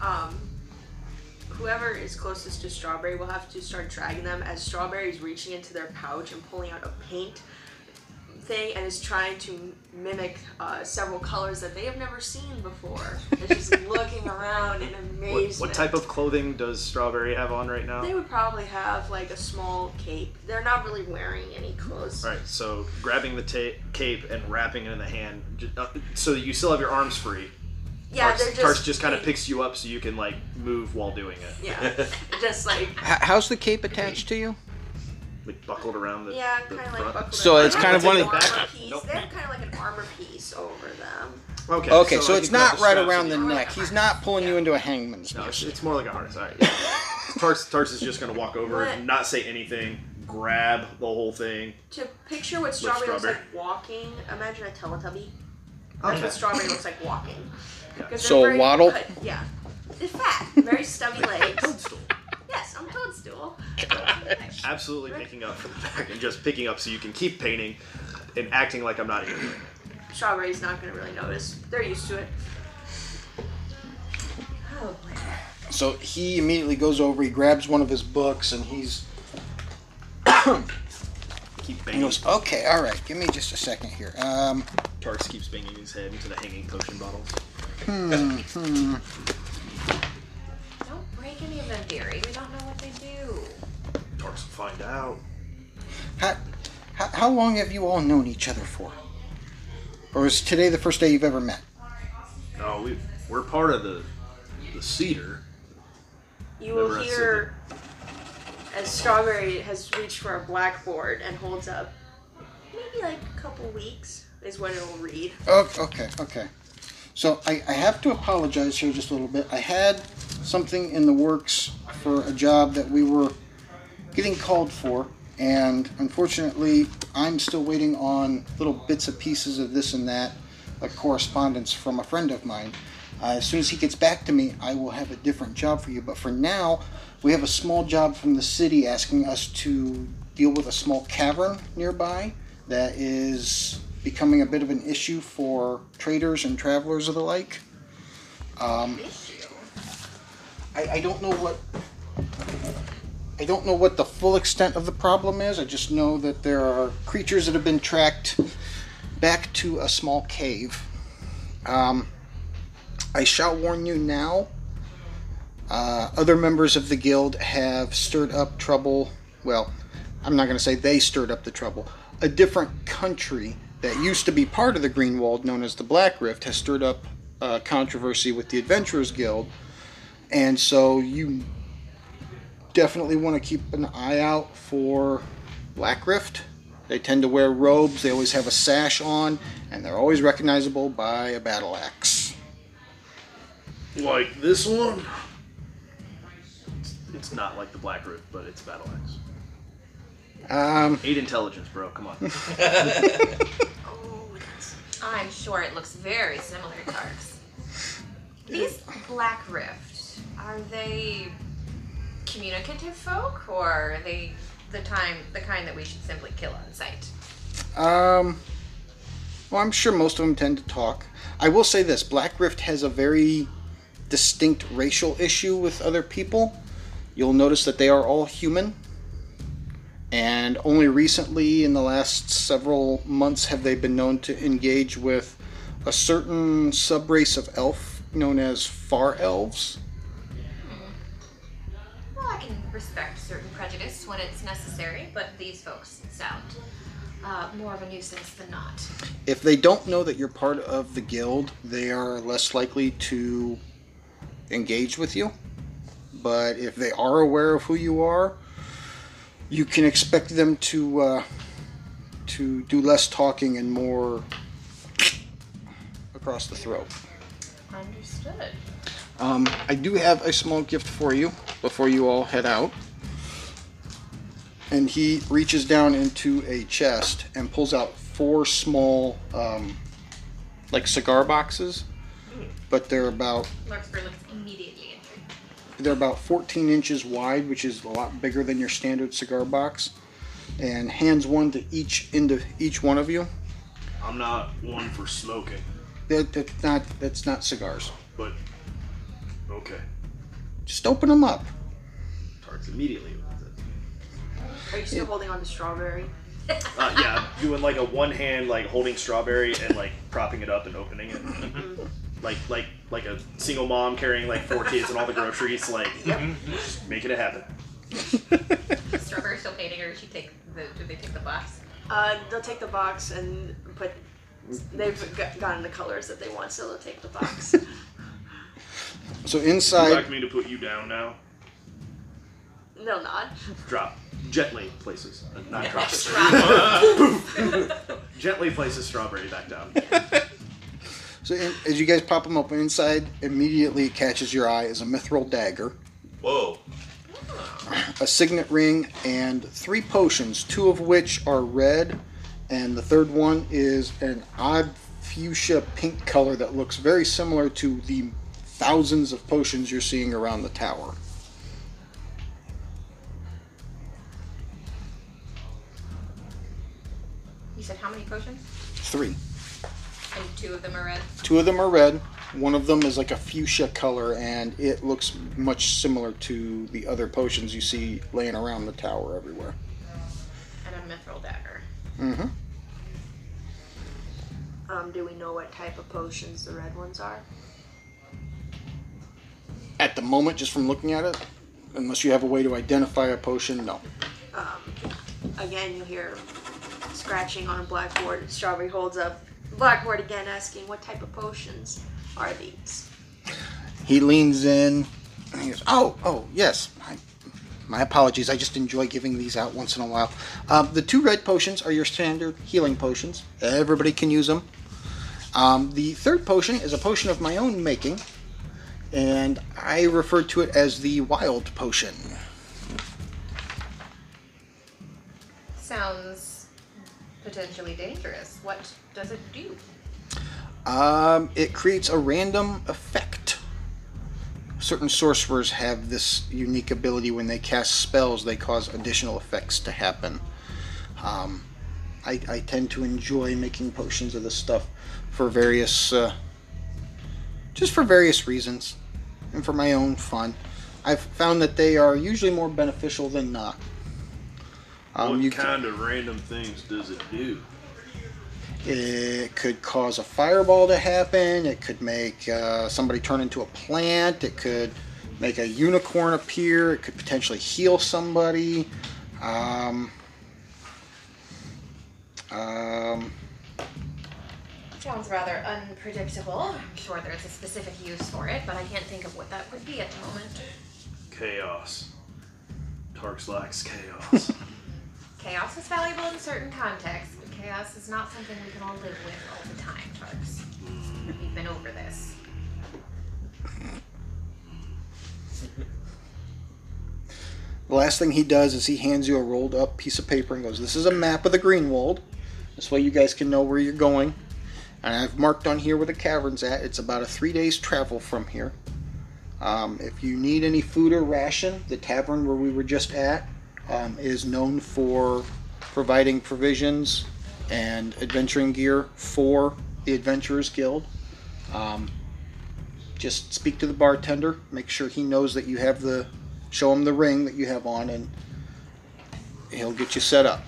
Speaker 6: Um, whoever is closest to Strawberry will have to start dragging them as Strawberry's reaching into their pouch and pulling out a paint thing and is trying to m- mimic uh, several colors that they have never seen before. And she's looking around in
Speaker 2: What,
Speaker 6: amazement.
Speaker 2: what type of clothing does Strawberry have on right now?
Speaker 6: They would probably have like a small cape. They're not really wearing any clothes.
Speaker 2: All right, so grabbing the ta- cape and wrapping it in the hand, j- uh, so that you still have your arms free.
Speaker 6: Yeah,
Speaker 2: Tarsh
Speaker 6: they're
Speaker 2: just,
Speaker 6: just.
Speaker 2: kind of picks you up so you can like move while doing it,
Speaker 6: Yeah, just like
Speaker 1: H- how's the cape attached to you?
Speaker 2: like buckled around the.
Speaker 6: yeah,
Speaker 2: the
Speaker 6: kind of like
Speaker 2: front.
Speaker 6: buckled
Speaker 1: So
Speaker 6: up.
Speaker 1: it's
Speaker 6: They
Speaker 1: kind
Speaker 6: have
Speaker 1: of one
Speaker 6: an
Speaker 1: of-
Speaker 6: armor piece.
Speaker 2: Nope.
Speaker 6: They have kind of like an armor piece over them.
Speaker 2: Okay.
Speaker 1: Okay, so,
Speaker 2: I
Speaker 1: it's
Speaker 2: can grab
Speaker 1: not
Speaker 2: the
Speaker 1: right
Speaker 2: straps
Speaker 1: around the
Speaker 2: and-
Speaker 1: neck. He's not pulling you into a hangman's
Speaker 2: No, it's,
Speaker 1: noose.
Speaker 2: it's more like a harness. All right. Yeah. Tars, Tars is just gonna walk over,
Speaker 6: What?
Speaker 2: not say anything, grab the whole thing.
Speaker 6: To picture what strawberry looks
Speaker 2: strawberry.
Speaker 6: like walking, imagine a Teletubby. That's
Speaker 2: Okay.
Speaker 6: what strawberry looks like walking. 'Cause they're
Speaker 1: So
Speaker 6: very-
Speaker 1: waddle?
Speaker 6: Yeah. They're fat, very stubby legs.
Speaker 2: Toadstool.
Speaker 6: Yes, I'm a toadstool.
Speaker 2: Absolutely picking up from the back and just picking up so you can keep painting and acting like I'm not even doing it.
Speaker 6: Strawberry's not gonna really notice. They're used to it.
Speaker 3: Oh, boy.
Speaker 1: So he immediately goes over, he grabs one of his books, and he's
Speaker 2: Keep
Speaker 1: he
Speaker 2: banging.
Speaker 1: goes, okay, all right, give me just a second here. Um,
Speaker 2: Tars keeps banging his head into the hanging potion bottles.
Speaker 3: Don't break any of them, dearie. We don't know what they do.
Speaker 2: Tars will find out.
Speaker 1: how, how, how long have you all known each other for? Or is today the first day you've ever met?
Speaker 2: No, we, we're part of the the cedar.
Speaker 6: You will
Speaker 2: Never
Speaker 6: hear as Strawberry has reached for a blackboard and holds up maybe like a couple weeks is when it'll read.
Speaker 1: Oh, okay, okay. So I, I have to apologize here just a little bit. I had something in the works for a job that we were getting called for, and unfortunately, I'm still waiting on little bits and pieces of this and that, like correspondence from a friend of mine. Uh, as soon as he gets back to me, I will have a different job for you. But for now, we have a small job from the city asking us to deal with a small cavern nearby that is becoming a bit of an issue for traders and travelers of the like. Um, I, I don't know what I don't know what the full extent of the problem is. I just know that there are creatures that have been tracked back to a small cave. Um, I shall warn you now. Uh, other members of the guild have stirred up trouble. Well, I'm not going to say they stirred up the trouble. A different country that used to be part of the Greenwald, known as the Black Rift, has stirred up uh, controversy with the Adventurers Guild. And so you definitely want to keep an eye out for Black Rift. They tend to wear robes, they always have a sash on, and they're always recognizable by a battle axe.
Speaker 2: Like this one? It's, it's not like the Black Root, but it's Battle Axe.
Speaker 1: Um,
Speaker 2: Eight intelligence, bro. Come on.
Speaker 6: Oh, that's
Speaker 3: I'm sure it looks very similar to Tark's. These Black Rift, are they communicative folk or are they the time the kind that we should simply kill on sight?
Speaker 1: um, well, I'm sure most of them tend to talk. I will say this Black Rift has a very distinct racial issue with other people. You'll notice that they are all human. And only recently, in the last several months, have they been known to engage with a certain subrace of elf known as Far Elves.
Speaker 3: Well, I can respect certain prejudice when it's necessary, but these folks sound uh, more of a nuisance than not.
Speaker 1: if they don't know that you're part of the guild, they are less likely to engage with you. But if they are aware of who you are, you can expect them to uh, to do less talking and more across the throat.
Speaker 3: Understood.
Speaker 1: Um, I do have a small gift for you before you all head out. And he reaches down into a chest and pulls out four small, um, like cigar boxes, but they're about
Speaker 3: Larkspur looks immediately injured.
Speaker 1: they're about 14 inches wide, which is a lot bigger than your standard cigar box. And hands one to each into each one of you.
Speaker 2: I'm not one for smoking,
Speaker 1: That, that's not that's not cigars.
Speaker 2: but okay.
Speaker 1: Just open them up.
Speaker 2: Tarts immediately with it.
Speaker 6: Are you still holding on to strawberry?
Speaker 2: Uh, yeah, I'm doing like a one hand, like holding strawberry and like propping it up and opening it, like like like a single mom carrying like four kids and all the groceries, like just making it happen.
Speaker 3: Strawberry's still painting, or she take the do they take the box?
Speaker 6: Uh, they'll take the box and put. They've g- gotten the colors that they want, so they'll take the box.
Speaker 1: So
Speaker 2: Would you
Speaker 1: inside,
Speaker 2: like me to put you down now?
Speaker 6: they'll nod.
Speaker 2: Drop gently places, uh, not drop. gently places strawberry back down.
Speaker 1: So in, as you guys pop them open inside, immediately catches your eye is a mithril dagger,
Speaker 4: Whoa.
Speaker 1: a signet ring, and three potions, two of which are red, and the third one is an odd fuchsia pink color that looks very similar to the thousands of potions you're seeing around the tower.
Speaker 3: You said how many potions?
Speaker 1: Three.
Speaker 3: And two of them are red.
Speaker 1: Two of them are red. One of them is like a fuchsia color, and it looks much similar to the other potions you see laying around the tower everywhere.
Speaker 3: And a mithril dagger.
Speaker 1: Mm-hmm.
Speaker 6: Um, do we know what type of potions the red ones are?
Speaker 1: At the moment, just from looking at it, unless you have a way to identify a potion, no.
Speaker 6: Um, again, you hear scratching on a blackboard. Strawberry holds up the blackboard again, asking what type of potions are these.
Speaker 1: He leans in. And he goes, "Oh, oh, yes. My, my apologies. I just enjoy giving these out once in a while. Um, the two red potions are your standard healing potions. Everybody can use them. Um, the third potion is a potion of my own making, and I refer to it as the wild potion.
Speaker 3: Sounds potentially dangerous. What does it do?
Speaker 1: Um, it creates a random effect. Certain sorcerers have this unique ability when they cast spells, they cause additional effects to happen. Um, I, I tend to enjoy making potions of this stuff for various, uh, just for various reasons, and for my own fun. I've found that they are usually more beneficial than not. Um,
Speaker 2: what
Speaker 1: you
Speaker 2: kind of random things does it do?
Speaker 1: It could cause a fireball to happen. It could make uh, somebody turn into a plant. It could make a unicorn appear. It could potentially heal somebody. Um, um,
Speaker 3: Sounds rather unpredictable. I'm sure there's a specific use for it, but I can't think of what that would be at the moment.
Speaker 2: Chaos. Tarks likes chaos.
Speaker 3: Chaos is valuable in certain contexts, but chaos is not something we can all live with all the time, Tarks. We've been over this.
Speaker 1: the last thing he does is he hands you a rolled up piece of paper and goes, This is a map of the Greenwald. This way you guys can know where you're going. And I've marked on here where the cavern's at. It's about a three days travel from here. Um, if you need any food or ration, the tavern where we were just at um, is known for providing provisions and adventuring gear for the Adventurers Guild. Um, just speak to the bartender, make sure he knows that you have the, show him the ring that you have on, and he'll get you set up.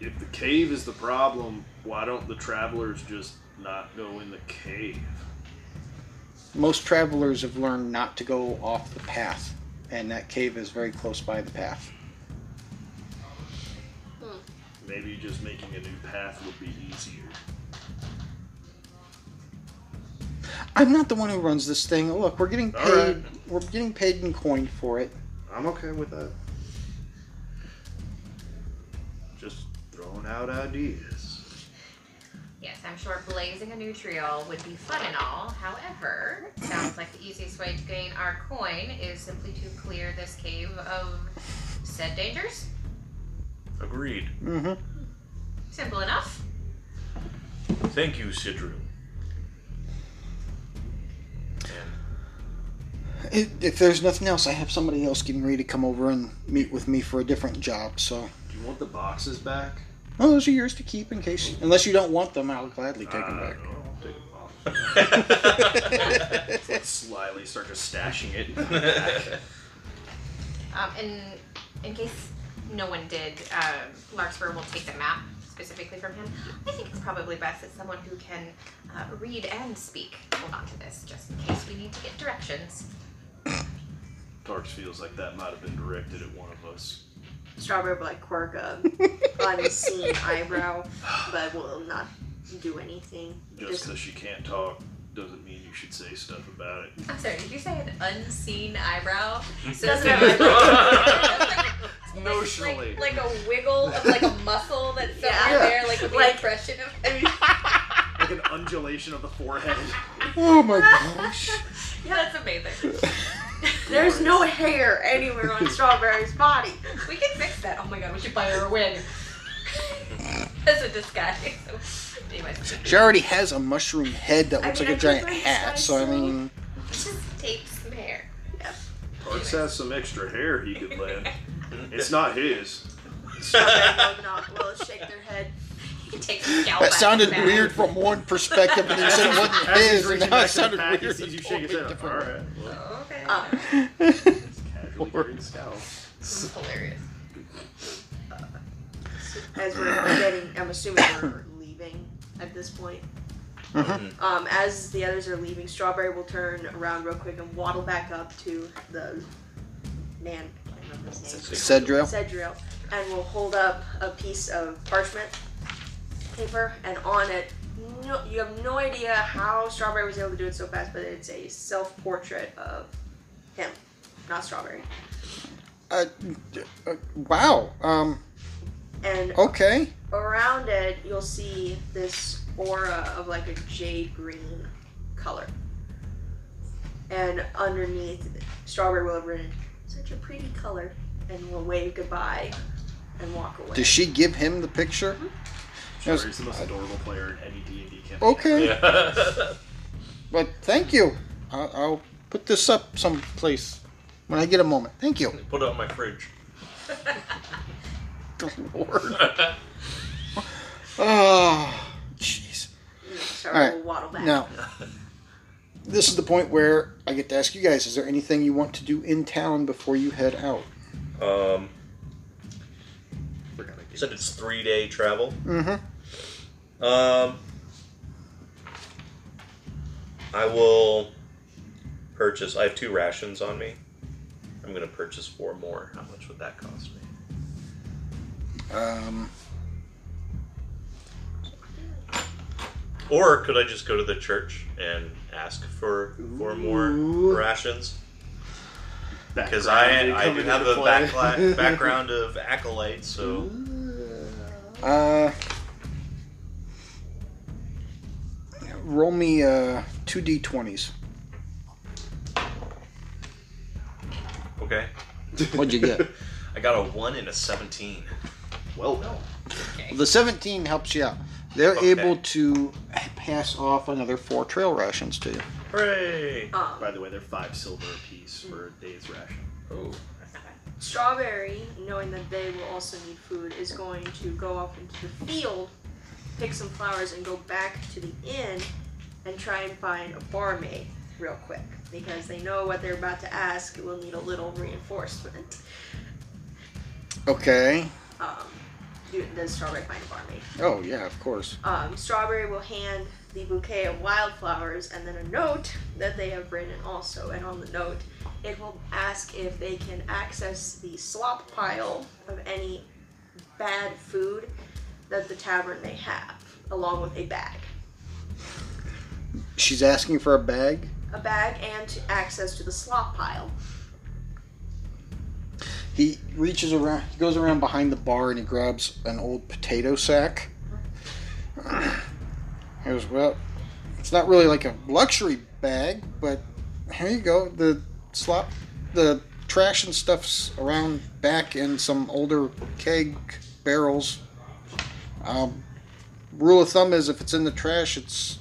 Speaker 2: if the cave is the problem, why don't the travelers just not go in the cave?
Speaker 1: Most travelers have learned not to go off the path, and that cave is very close by the path.
Speaker 2: Maybe just making a new path would be easier.
Speaker 1: I'm not the one who runs this thing. Look, we're getting
Speaker 2: All
Speaker 1: paid.
Speaker 2: right.
Speaker 1: We're getting paid in coin for it.
Speaker 2: I'm okay with that. Just throwing out ideas.
Speaker 3: Yes, I'm sure blazing a new trail would be fun and all. However, sounds like the easiest way to gain our coin is simply to clear this cave of said dangers.
Speaker 4: Agreed.
Speaker 1: Mm-hmm.
Speaker 3: Simple enough.
Speaker 4: Thank you, Sidru.
Speaker 1: If, if there's nothing else, I have somebody else getting ready to come over and meet with me for a different job. So,
Speaker 2: Do you want the boxes back?
Speaker 1: well, those are yours to keep in case. Unless you don't want them, I'll gladly take them
Speaker 2: Uh,
Speaker 1: back.
Speaker 2: no, I'll take 'em off.
Speaker 4: And
Speaker 2: Slyly start just stashing it. in the back.
Speaker 3: Um, in in case no one did, uh, Larkspur will take the map specifically from him. I think it's probably best that someone who can uh, read and speak hold on to this, just in case we need to get directions.
Speaker 2: Tarks feels like that might have been directed at one of us.
Speaker 6: Strawberry will like quirk a unseen eyebrow, but will not do anything.
Speaker 2: Just because she can't talk doesn't mean you should say stuff about it.
Speaker 3: I'm sorry, did you say an unseen eyebrow? So
Speaker 6: Doesn't
Speaker 3: it's
Speaker 6: have
Speaker 3: like-
Speaker 2: Notionally.
Speaker 3: Like, like a wiggle of like a muscle that's somewhere
Speaker 6: Yeah.
Speaker 3: there, like with the
Speaker 6: Like-
Speaker 3: impression of
Speaker 2: Like an undulation of the forehead.
Speaker 1: Oh my gosh.
Speaker 3: Yeah, that's amazing.
Speaker 6: There's no hair anywhere on Strawberry's body.
Speaker 3: We can fix that. Oh my god, we should buy her a wig. As a disguise. So, anyways,
Speaker 1: She already has a mushroom head that
Speaker 6: I
Speaker 1: looks
Speaker 6: mean,
Speaker 1: like
Speaker 6: I
Speaker 1: a
Speaker 6: think
Speaker 1: giant
Speaker 6: my
Speaker 1: hat,
Speaker 6: size
Speaker 1: so I
Speaker 6: suit-
Speaker 1: mean,
Speaker 3: just tape some hair.
Speaker 2: Parks has some extra hair he could lend. It's not his.
Speaker 6: Strawberry will not will shake their head.
Speaker 3: You can take some scalp
Speaker 1: that
Speaker 3: out of
Speaker 1: sounded
Speaker 3: that.
Speaker 1: weird from one perspective, and then you said it wasn't
Speaker 2: As he's
Speaker 1: his,
Speaker 2: reaching
Speaker 1: and now
Speaker 2: back
Speaker 1: it
Speaker 2: to the
Speaker 1: sounded
Speaker 2: pack, he
Speaker 1: weird.
Speaker 2: sees you shake his head. All right. Well,
Speaker 3: Okay.
Speaker 6: Up.
Speaker 2: it's casually carrying the scowl.
Speaker 3: That's hilarious.
Speaker 6: As we're getting, I'm assuming we're leaving at this point. Um, as the others are leaving, Strawberry will turn around real quick and waddle back up to the man. I can't remember his name.
Speaker 1: Cedro.
Speaker 6: Cedril, and will hold up a piece of parchment paper, and on it, no, you have no idea how Strawberry was able to do it so fast, but it's a self-portrait of him, not Strawberry.
Speaker 1: Uh, d- uh, wow. Um.
Speaker 6: And
Speaker 1: Okay.
Speaker 6: around it, you'll see this aura of like a jade green color. And underneath, Strawberry will have written, "Such a pretty color," and will wave goodbye and walk away.
Speaker 1: Does she give him the picture? Yes.
Speaker 2: Strawberry's the most adorable player in any D and D campaign.
Speaker 1: Okay.
Speaker 4: Yeah.
Speaker 1: But thank you. I'll, I'll put this up someplace when I get a moment. Thank you.
Speaker 4: Put it on my fridge.
Speaker 1: Good Lord. Oh, jeez.
Speaker 6: Strawberry
Speaker 1: Alright,
Speaker 6: will waddle back.
Speaker 1: Now, this is the point where I get to ask you guys: Is there anything you want to do in town before you head out?
Speaker 4: um, you said it's three day travel.
Speaker 1: Mm-hmm.
Speaker 4: Um, I will purchase. I have two rations on me. I'm gonna purchase four more. How much would that cost me?
Speaker 1: Um,
Speaker 4: Or could I just go to the church and ask for for more
Speaker 1: Ooh.
Speaker 4: rations? Because
Speaker 2: Background
Speaker 4: I
Speaker 2: did
Speaker 4: I
Speaker 2: come
Speaker 4: do
Speaker 2: into
Speaker 4: have a
Speaker 2: play.
Speaker 4: backla- background of acolytes, so
Speaker 1: uh, roll me uh, two d20s.
Speaker 4: okay.
Speaker 1: What'd you get?
Speaker 4: I got a one and a seventeen.
Speaker 2: Well, no.
Speaker 1: the 17 helps you out. They're
Speaker 4: Okay.
Speaker 1: able to pass off another four trail rations to you.
Speaker 4: Hooray!
Speaker 6: Um,
Speaker 2: By the way, they're five silver apiece for a day's ration.
Speaker 4: Oh,
Speaker 6: Strawberry, knowing that they will also need food, is going to go off into the field, pick some flowers, and go back to the inn and try and find a barmaid real quick because they know what they're about to ask will need a little reinforcement.
Speaker 1: Okay.
Speaker 6: Um, do- does Strawberry find a barmaid?
Speaker 1: Oh yeah, of course.
Speaker 6: Um, Strawberry will hand the bouquet of wildflowers and then a note that they have written also. And on the note, it will ask if they can access the slop pile of any bad food that the tavern may have, along with a bag.
Speaker 1: She's asking for a bag.
Speaker 6: A bag and to access to the slop pile.
Speaker 1: He reaches around. He goes around behind the bar and he grabs an old potato sack. He goes, well, it's not really like a luxury bag, but here you go. The slop, the trash and stuff's around back in some older keg barrels. Um, rule of thumb is if it's in the trash, it's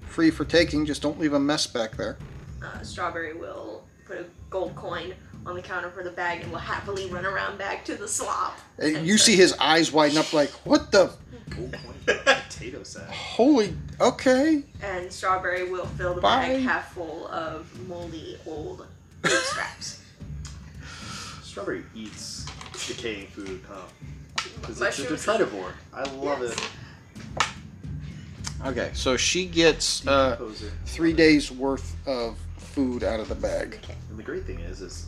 Speaker 1: free for taking. Just don't leave a mess back there.
Speaker 6: Uh, Strawberry will put a gold coin on the counter for the bag and will happily run around back to the slop.
Speaker 1: And you see his eyes widen up like, what the?
Speaker 2: Gold coin for a potato sack.
Speaker 1: Holy. Okay.
Speaker 6: and strawberry will fill the
Speaker 1: Bye.
Speaker 6: bag half full of moldy old food scraps.
Speaker 2: Strawberry eats decaying food, huh? Because it's a
Speaker 6: Mushrooms.
Speaker 2: detritivore. I love
Speaker 6: Yes.
Speaker 2: it.
Speaker 1: Okay, so she gets uh,
Speaker 2: Poser.
Speaker 1: three days worth of food out of the bag.
Speaker 2: And the great thing is, is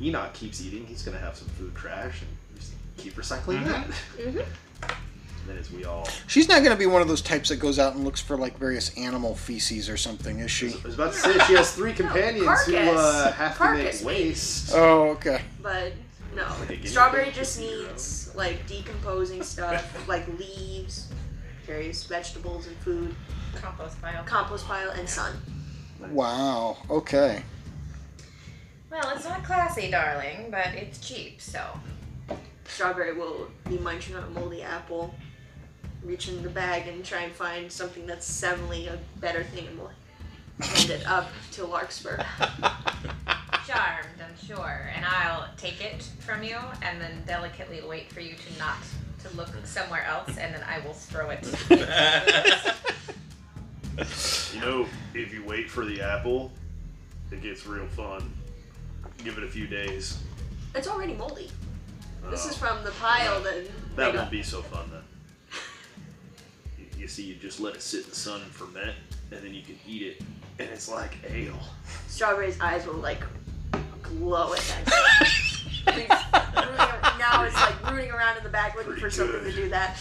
Speaker 2: Enoch keeps eating. He's gonna have some food trash, and we just keep
Speaker 6: Mm-hmm.
Speaker 2: recycling that. And then as we all,
Speaker 1: She's not going to be one of those types that goes out and looks for like various animal feces or something, is she?
Speaker 2: I was about to say, she has three companions who uh,
Speaker 6: carcass.
Speaker 2: have
Speaker 6: Carcass
Speaker 2: to
Speaker 6: meat.
Speaker 2: make waste.
Speaker 1: Oh, okay.
Speaker 6: But no,
Speaker 2: Like a guinea
Speaker 6: strawberry
Speaker 2: pig
Speaker 6: just
Speaker 2: could be your
Speaker 6: needs like decomposing stuff, like leaves, various vegetables and food,
Speaker 3: Compost pile.
Speaker 6: compost pile, and sun.
Speaker 1: Wow. Okay.
Speaker 3: Well, it's not classy, darling, but it's cheap, so.
Speaker 6: Strawberry will be munching on a moldy apple, reach in the bag and try and find something that's seemingly a better thing and will hand it up to Larkspur.
Speaker 3: Charmed, I'm sure. And I'll take it from you and then delicately wait for you to not to look somewhere else and then I will throw it.
Speaker 2: You know, if you wait for the apple, it gets real fun. Give it a few days.
Speaker 6: It's already moldy. This
Speaker 2: Uh,
Speaker 6: is from the pile that.
Speaker 2: That won't be so fun then. You- You see, you just let it sit in the sun and ferment, and then you can eat it, and it's like ale.
Speaker 6: Strawberry's eyes will like glow at that. He's rooting- now it's like rooting around in the bag looking
Speaker 2: Pretty
Speaker 6: for something to
Speaker 2: good.
Speaker 6: do that.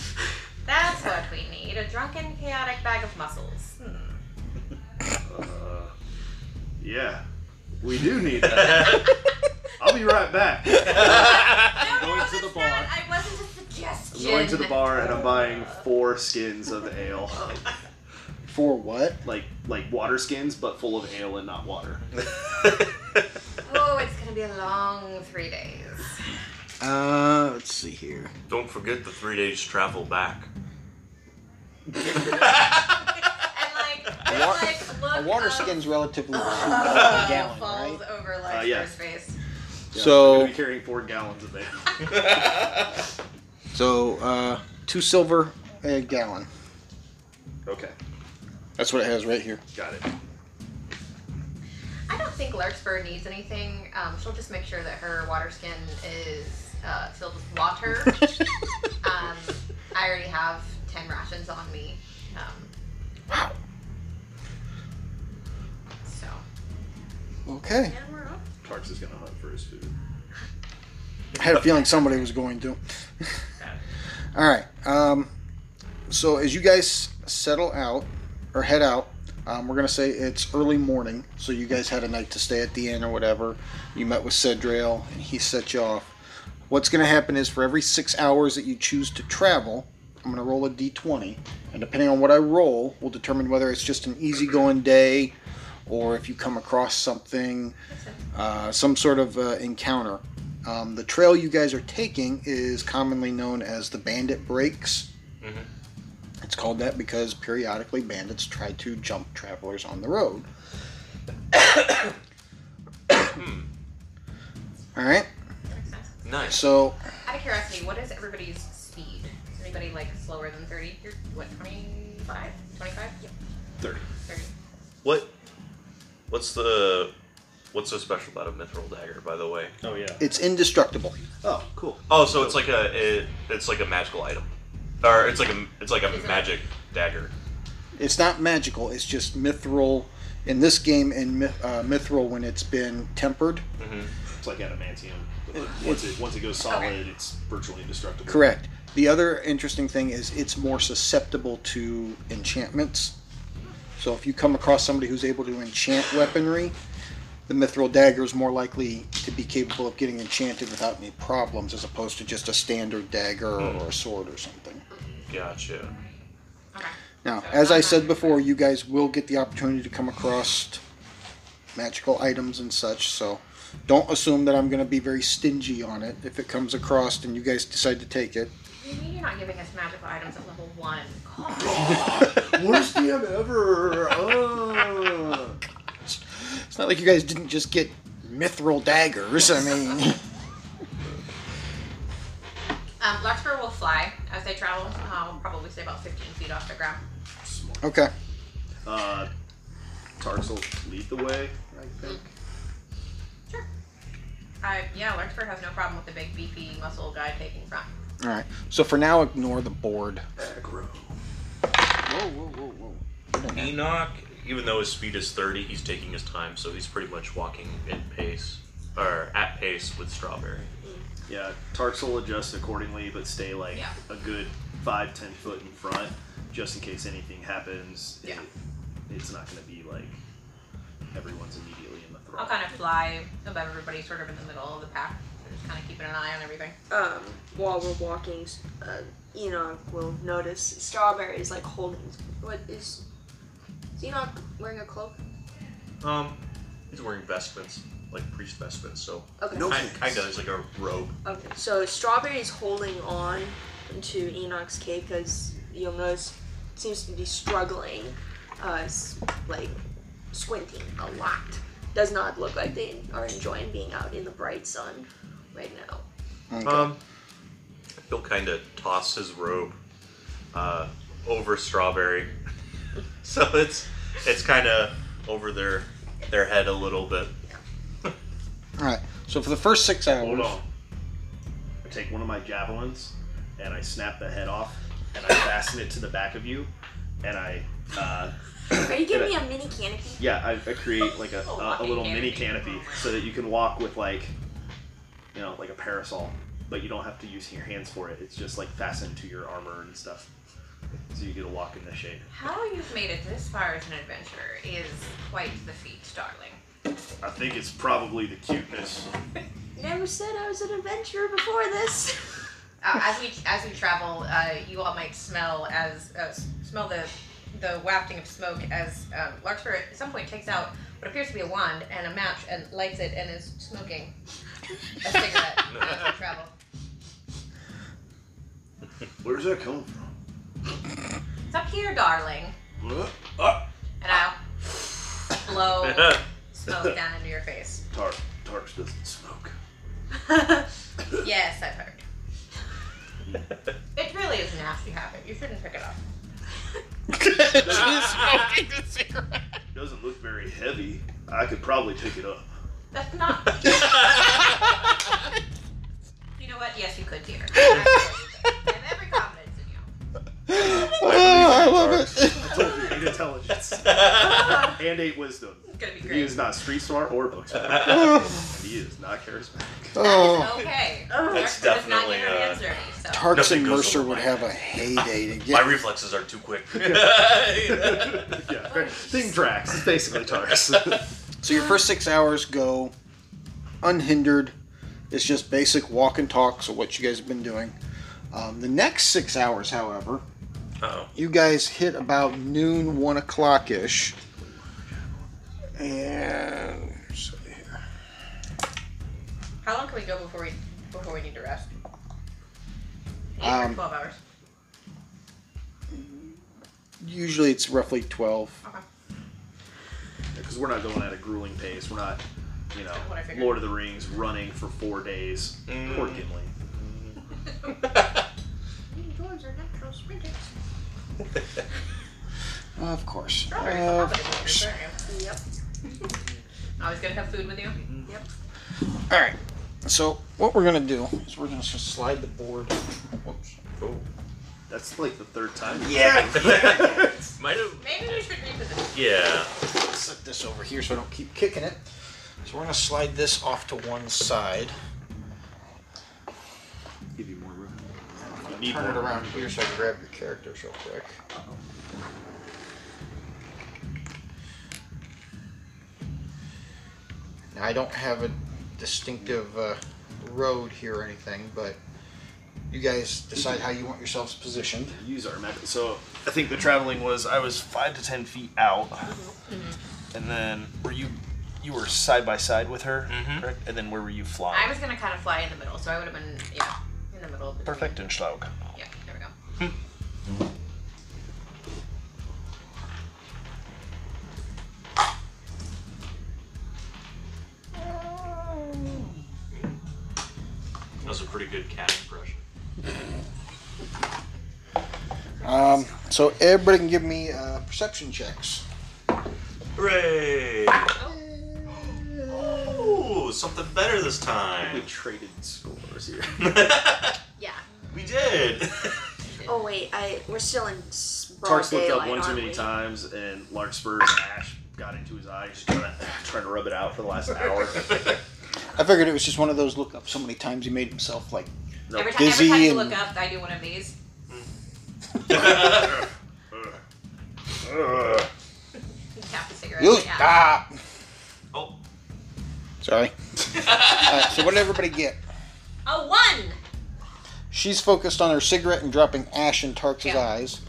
Speaker 3: That's what we need a drunken, chaotic bag of muscles.
Speaker 2: Uh, yeah, we do need that. I'll be right back. I'm
Speaker 3: I'm
Speaker 2: going to the bar.
Speaker 3: I wasn't a suggestion.
Speaker 2: going to the bar and I'm buying four skins of ale,
Speaker 1: For what?
Speaker 2: like like water skins, but full of ale and not water.
Speaker 3: Oh, it's gonna be a long three days.
Speaker 1: Uh, let's see here.
Speaker 4: Don't forget the three days travel back.
Speaker 3: And like,
Speaker 1: wa-
Speaker 3: just, like look
Speaker 1: A water
Speaker 3: of
Speaker 1: skin's relatively cheap
Speaker 3: love
Speaker 1: a gallon,
Speaker 3: falls
Speaker 1: right?
Speaker 3: over Larkspur's
Speaker 2: Uh, yeah.
Speaker 3: face.
Speaker 2: Yeah, I'm
Speaker 1: So
Speaker 2: gonna be carrying four gallons of ale.
Speaker 1: so uh, two silver a gallon.
Speaker 2: Okay,
Speaker 1: That's what it has right here.
Speaker 2: got it.
Speaker 3: I don't think Larkspur needs anything. Um, she'll just make sure that her water skin is uh, filled with water. um, I already have 10 rations on me. Um, so,
Speaker 1: Okay.
Speaker 6: And we're off.
Speaker 2: Tarks is gonna hunt for his food.
Speaker 1: I had a feeling somebody was going to. All right. Um, so as you guys settle out or head out, um, we're gonna say it's early morning. So you guys had a night to stay at the inn or whatever. You met with Cedrail and he set you off. What's gonna happen is for every six hours that you choose to travel, I'm gonna roll a d20, and depending on what I roll, will determine whether it's just an easygoing day or if you come across something, uh, some sort of uh, encounter. Um, the trail you guys are taking is commonly known as the Bandit Breaks. It's called that because periodically bandits try to jump travelers on the road. All right,
Speaker 3: that makes sense.
Speaker 4: nice.
Speaker 1: so
Speaker 3: Out of curiosity, what is everybody's speed? Is anybody like slower than 30? You're what, 25? 25? Yep.
Speaker 2: Thirty.
Speaker 3: 30.
Speaker 4: What? What's the? What's so special about a mithril dagger, by the way?
Speaker 2: Oh yeah.
Speaker 1: it's indestructible.
Speaker 2: Oh, cool.
Speaker 4: Oh, so it's like a it, it's like a magical item, or it's like a it's like a
Speaker 3: Is it-
Speaker 4: magic dagger.
Speaker 1: It's not magical. It's just mithril. In this game, in myth, uh, mithril, when it's been tempered,
Speaker 2: It's like adamantium. But like, once it once it goes solid, it's virtually indestructible.
Speaker 1: Correct. The other interesting thing is it's more susceptible to enchantments. So if you come across somebody who's able to enchant weaponry, the mithril dagger is more likely to be capable of getting enchanted without any problems as opposed to just a standard dagger or a sword or something.
Speaker 4: Gotcha.
Speaker 3: Okay.
Speaker 1: Now, as I said before, you guys will get the opportunity to come across magical items and such, so don't assume that I'm going to be very stingy on it. If it comes across and you guys decide to take it,
Speaker 3: You mean you're not giving us magical items at level Um, 1? God.
Speaker 2: Worst DM ever. Oh.
Speaker 1: It's not like you guys didn't just get mithril daggers. I mean,
Speaker 3: Um, Larkspur will fly as they travel. Uh, will probably stay about 15 feet off the ground.
Speaker 1: okay.
Speaker 2: Uh, Tarks will lead the way. I think.
Speaker 3: Sure. I yeah, Larkspur has no problem with the big beefy muscle guy taking front.
Speaker 1: All right. So for now, ignore the board.
Speaker 2: Aggro.
Speaker 1: Whoa, whoa, whoa, whoa.
Speaker 4: Enoch, even though his speed is thirty, he's taking his time, so he's pretty much walking in pace or at pace with Strawberry.
Speaker 2: Yeah, Tarks will adjust accordingly, but stay like
Speaker 3: Yeah.
Speaker 2: a good five, ten foot in front, just in case anything happens.
Speaker 3: Yeah.
Speaker 2: it's not going to be like everyone's immediately in the throng.
Speaker 3: I'll kind of fly above everybody, sort of in the middle of the pack, so just kind of keeping an eye on everything.
Speaker 6: Um, while we're walking, uh, Enoch will notice Strawberry is like holding. What is? Is Enoch wearing a cloak?
Speaker 4: Um, he's wearing vestments, like priest vestments, so
Speaker 6: Okay.
Speaker 2: No.
Speaker 4: kind, kind of is like a robe.
Speaker 6: Okay. So Strawberry's holding on to Enoch's cape because you'll notice it seems to be struggling, uh, s- like squinting a lot. Does not look like they are enjoying being out in the bright sun right now.
Speaker 4: Um, he'll kind of toss his robe uh, over Strawberry, so it's it's kind of over their their head a little bit.
Speaker 1: All right. So for the first six hours,
Speaker 2: Hold on. I take one of my javelins and I snap the head off and I fasten it to the back of you and I, uh,
Speaker 6: Are you giving me a mini canopy?
Speaker 2: yeah, I, I create like a, a, a little mini canopy so that you can walk with like, you know, like a parasol, but you don't have to use your hands for it. It's just like fastened to your armor and stuff. So you get to walk in this shape.
Speaker 3: How you've made it this far as an adventurer is quite the feat, darling.
Speaker 2: I think it's probably the cuteness.
Speaker 6: Never said I was an adventurer before this.
Speaker 3: Uh, as we as we travel, uh, you all might smell as uh, s- smell the the wafting of smoke as um, Larkspur at some point takes out what appears to be a wand and a match and lights it and is smoking a cigarette as we travel.
Speaker 2: Where's that coming from?
Speaker 3: It's up here, darling.
Speaker 2: What? Ah,
Speaker 3: And I'll blow smoke down into your face.
Speaker 2: Tark. Tarks doesn't smoke.
Speaker 3: Yes, I've heard. It really is a nasty habit. You shouldn't pick it up.
Speaker 2: Doesn't look very heavy. I could probably pick it up.
Speaker 3: That's not. you know what? Yes, you could, dear. I have every confidence in you.
Speaker 1: Oh, I love it.
Speaker 2: I told you, eight intelligence and eight wisdom.
Speaker 3: It's gonna be
Speaker 2: He
Speaker 3: great.
Speaker 2: is not street smart or book smart. he is not charismatic.
Speaker 1: Oh,
Speaker 3: Okay. Darkness does
Speaker 4: That's definitely,
Speaker 3: Not get her
Speaker 4: uh,
Speaker 3: hands dirty, so.
Speaker 1: Tarks
Speaker 4: Nothing
Speaker 1: and
Speaker 4: goes
Speaker 1: Mercer
Speaker 4: over
Speaker 1: would
Speaker 4: my
Speaker 1: have a heyday to
Speaker 4: My
Speaker 1: get.
Speaker 4: reflexes are too quick.
Speaker 2: Yeah, think Drax. It's basically Tarks.
Speaker 1: So your first six hours go unhindered. It's just basic walk and talk. So what you guys have been doing. Um, the next six hours, however,
Speaker 4: oh
Speaker 1: you guys hit about noon, one o'clock ish. And let's see here.
Speaker 3: How long can we go before we before we need to rest? Eight
Speaker 1: Um,
Speaker 3: or twelve hours.
Speaker 1: usually it's roughly twelve.
Speaker 2: Because we're not going at a grueling pace. We're not, you know,
Speaker 3: What I figured.
Speaker 2: Lord of the Rings running for four days. Poor Gimli.
Speaker 3: Dwarves are natural sprinters.
Speaker 1: Of course.
Speaker 3: Strawberries are
Speaker 1: Of
Speaker 3: probably the
Speaker 1: course.
Speaker 3: winners, aren't you?
Speaker 6: Yep.
Speaker 3: I was gonna have food with you.
Speaker 4: Mm-hmm.
Speaker 1: All right. So what we're gonna do is we're gonna just slide the board. Whoops.
Speaker 2: That's like the third time.
Speaker 4: yeah, might have.
Speaker 3: Maybe we should reposition.
Speaker 4: Yeah,
Speaker 1: Set this over here so I don't keep kicking it.
Speaker 5: So we're gonna slide this off to one side.
Speaker 2: Give you more room.
Speaker 4: you need
Speaker 5: Turn it
Speaker 4: more.
Speaker 5: around here so I can grab your characters real quick. Now, I don't have a distinctive uh, road here or anything, but you guys decide how you want yourselves positioned.
Speaker 2: Use our map. So I think the traveling was I was five to ten feet out,
Speaker 3: Mm-hmm.
Speaker 2: and then were you you were side by side with her,
Speaker 4: Mhm.
Speaker 2: correct? And then where were you
Speaker 3: I
Speaker 2: flying?
Speaker 3: was gonna kind of fly in the middle, so I would have been yeah in the middle. Between.
Speaker 2: Perfectenschlaug.
Speaker 3: Yeah, there we go.
Speaker 4: That was a pretty good cat impression.
Speaker 1: Um, so everybody can give me uh, perception checks.
Speaker 4: Hooray! Ooh, something better this time.
Speaker 2: traded scores here.
Speaker 3: Yeah.
Speaker 4: we did.
Speaker 6: Oh wait, I we're still in s- broad
Speaker 2: Tarks looked up
Speaker 6: daylight,
Speaker 2: one too
Speaker 6: aren't
Speaker 2: many
Speaker 6: we?
Speaker 2: times, and Larkspur and Ash got into his eye, just trying to, trying to rub it out for the last hour.
Speaker 1: I figured it was just one of those look up so many times he made himself like
Speaker 2: No.
Speaker 3: Every, time, every time
Speaker 1: Busy
Speaker 3: you
Speaker 1: and-
Speaker 3: look up, I do one of these. You tap the cigarette.
Speaker 1: you
Speaker 3: yeah.
Speaker 1: stop.
Speaker 4: oh,
Speaker 1: Sorry. All right, so what did everybody get?
Speaker 3: A one.
Speaker 1: She's focused on her cigarette and dropping ash in Tark's
Speaker 3: Yeah.
Speaker 1: eyes.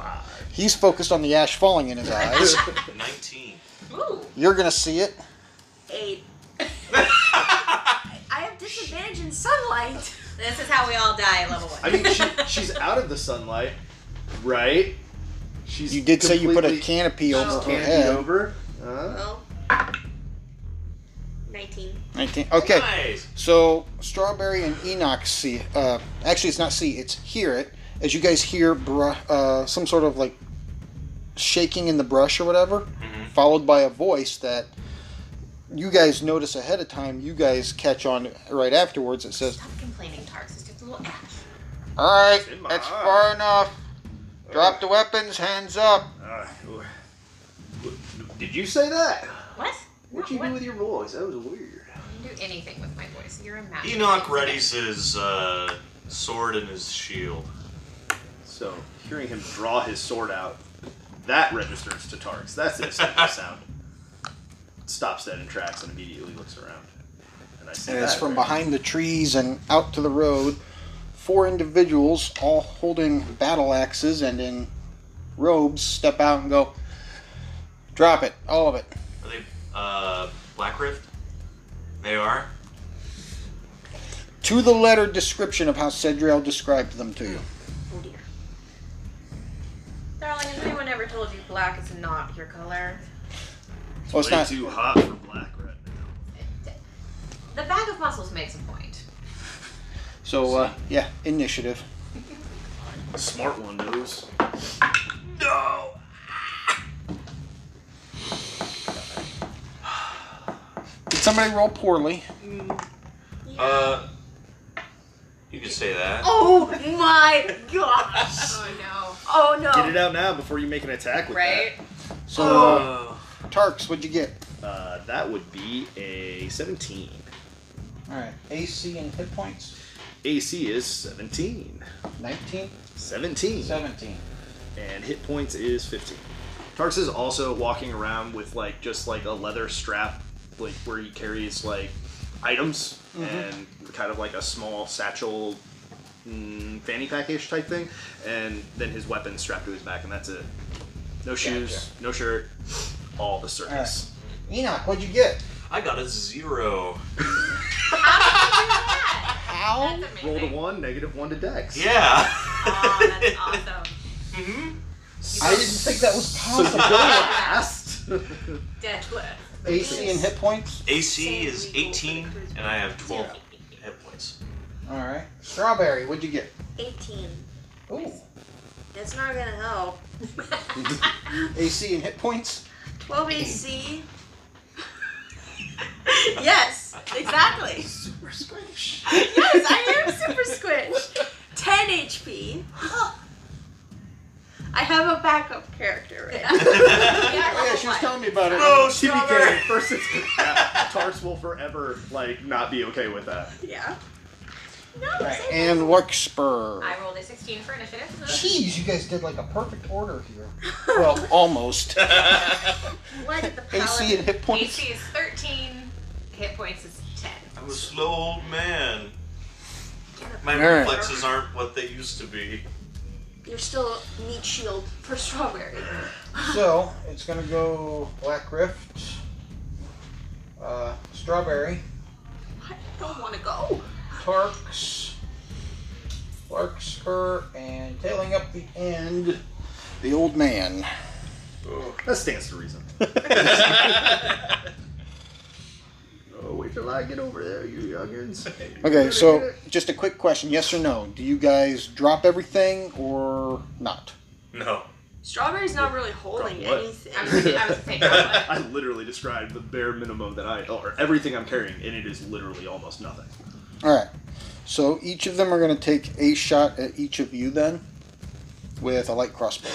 Speaker 1: He's focused on the ash falling in his eyes.
Speaker 4: 19.
Speaker 3: Ooh.
Speaker 1: You're gonna see it.
Speaker 6: Eight. I have disadvantage in sunlight.
Speaker 3: This is how we all die at level one.
Speaker 2: I mean, she, she's out of the sunlight, right? She's
Speaker 1: You did say you put a
Speaker 2: completely-
Speaker 1: canopy
Speaker 2: she's
Speaker 1: over her
Speaker 2: canopied
Speaker 1: head.
Speaker 2: over. Uh,
Speaker 6: Well, 19.
Speaker 1: 19. Okay.
Speaker 4: Nice.
Speaker 1: So Strawberry and Enoch see. Uh, actually, it's not see. It's hear it. As you guys hear br- uh, some sort of like shaking in the brush or whatever,
Speaker 2: Mm-hmm.
Speaker 1: followed by a voice that you guys notice ahead of time. You guys catch on right afterwards. It says,
Speaker 3: Stop complaining, Tarks. It's just a little ash.
Speaker 1: "All right,
Speaker 2: It's in my
Speaker 1: that's
Speaker 2: eye.
Speaker 1: far enough. Drop the weapons. Hands up."
Speaker 2: uh, did you say that?
Speaker 3: What?
Speaker 2: What'd you
Speaker 3: What?
Speaker 2: do with your voice? That was weird.
Speaker 3: You can do anything with my voice. You're a magic.
Speaker 4: Enoch readies his uh, sword and his shield.
Speaker 2: So hearing him draw his sword out, that registers to Tarks. That's an simple sound. Stops dead in tracks and immediately looks around. And I see
Speaker 1: And
Speaker 2: that
Speaker 1: it's from
Speaker 2: right?
Speaker 1: behind the trees and out to the road. Four individuals, all holding battle axes and in robes, step out and go, drop it, all of it.
Speaker 4: Are they uh, Black Rift? They are?
Speaker 1: To the letter description of how Cedriel described them to you.
Speaker 3: Oh dear. Darling, has anyone ever told you black is not your color?
Speaker 1: Well, it's
Speaker 2: Way
Speaker 1: not.
Speaker 2: too hot for black right now.
Speaker 3: The bag of muscles makes a point.
Speaker 1: So, uh, yeah, initiative.
Speaker 2: Smart one knows. No.
Speaker 1: Did somebody roll poorly?
Speaker 4: Uh, you can say that.
Speaker 6: Oh my gosh.
Speaker 3: Oh no.
Speaker 6: Oh no.
Speaker 2: Get it out now before you make an attack with
Speaker 3: Right?
Speaker 1: So,
Speaker 4: Uh,
Speaker 2: Oh.
Speaker 1: uh, Tarks, what'd you get?
Speaker 2: that. Uh, that would be a 17.
Speaker 1: All right, AC and hit points?
Speaker 2: AC is 17.
Speaker 1: 19,
Speaker 2: 17.
Speaker 1: 17.
Speaker 2: and hit points is 15. Tarx is also walking around with like just like a leather strap, like where he carries like items and kind of like a small satchel, mm, fanny package type thing, and then his weapon strapped to his back, and that's it. No shoes, no shirt, all the circus.
Speaker 1: Enoch, what'd you get?
Speaker 4: I got a zero.
Speaker 1: How?
Speaker 3: That's amazing.
Speaker 2: Roll to one, negative one to dex.
Speaker 4: Yeah. Ah,
Speaker 3: Oh, that's awesome.
Speaker 1: I didn't think that was
Speaker 2: So you go
Speaker 1: possible.
Speaker 2: last.
Speaker 3: Deadlift.
Speaker 1: AC and hit points?
Speaker 4: AC is 18, and I have 12 hit points.
Speaker 1: All right. Strawberry, what'd you get?
Speaker 6: 18.
Speaker 1: Ooh.
Speaker 6: That's not gonna help.
Speaker 1: AC and hit points.
Speaker 6: 12 AC. yes, exactly.
Speaker 2: Super squish.
Speaker 6: Yes, I am super squished. 10 HP. I have a backup character right now.
Speaker 3: Yeah,
Speaker 1: Oh, yeah, she was telling me about it.
Speaker 2: Oh, TBK, first it's yeah, Tarx will forever like not be okay with that.
Speaker 6: Yeah.
Speaker 3: No,
Speaker 1: Right,
Speaker 3: same.
Speaker 1: and work spur.
Speaker 3: I rolled a 16 for initiative.
Speaker 1: Jeez, you guys did like a perfect order here. Well, almost.
Speaker 6: What the
Speaker 1: AC and hit points.
Speaker 3: AC is 13. Hit points is 10.
Speaker 4: I'm a slow old man. My
Speaker 1: Alright.
Speaker 4: reflexes aren't what they used to be.
Speaker 6: You're still meat shield for strawberry.
Speaker 1: So it's gonna go Black Rift, uh, Strawberry,
Speaker 6: I don't want to go.
Speaker 1: Tarks, Larkspur, and tailing up the end, the old man.
Speaker 2: That stands to reason. oh, wait till I get over there, you youngins.
Speaker 1: Okay, so just a quick question: Yes or no? Do you guys drop everything or not?
Speaker 4: No.
Speaker 6: Strawberry's not really holding
Speaker 2: What?
Speaker 6: anything.
Speaker 3: I was, I was thinking,
Speaker 2: I literally described the bare minimum that I, or everything I'm carrying, and it is literally almost nothing.
Speaker 1: All right. So each of them are going to take a shot at each of you then with a light crossbow.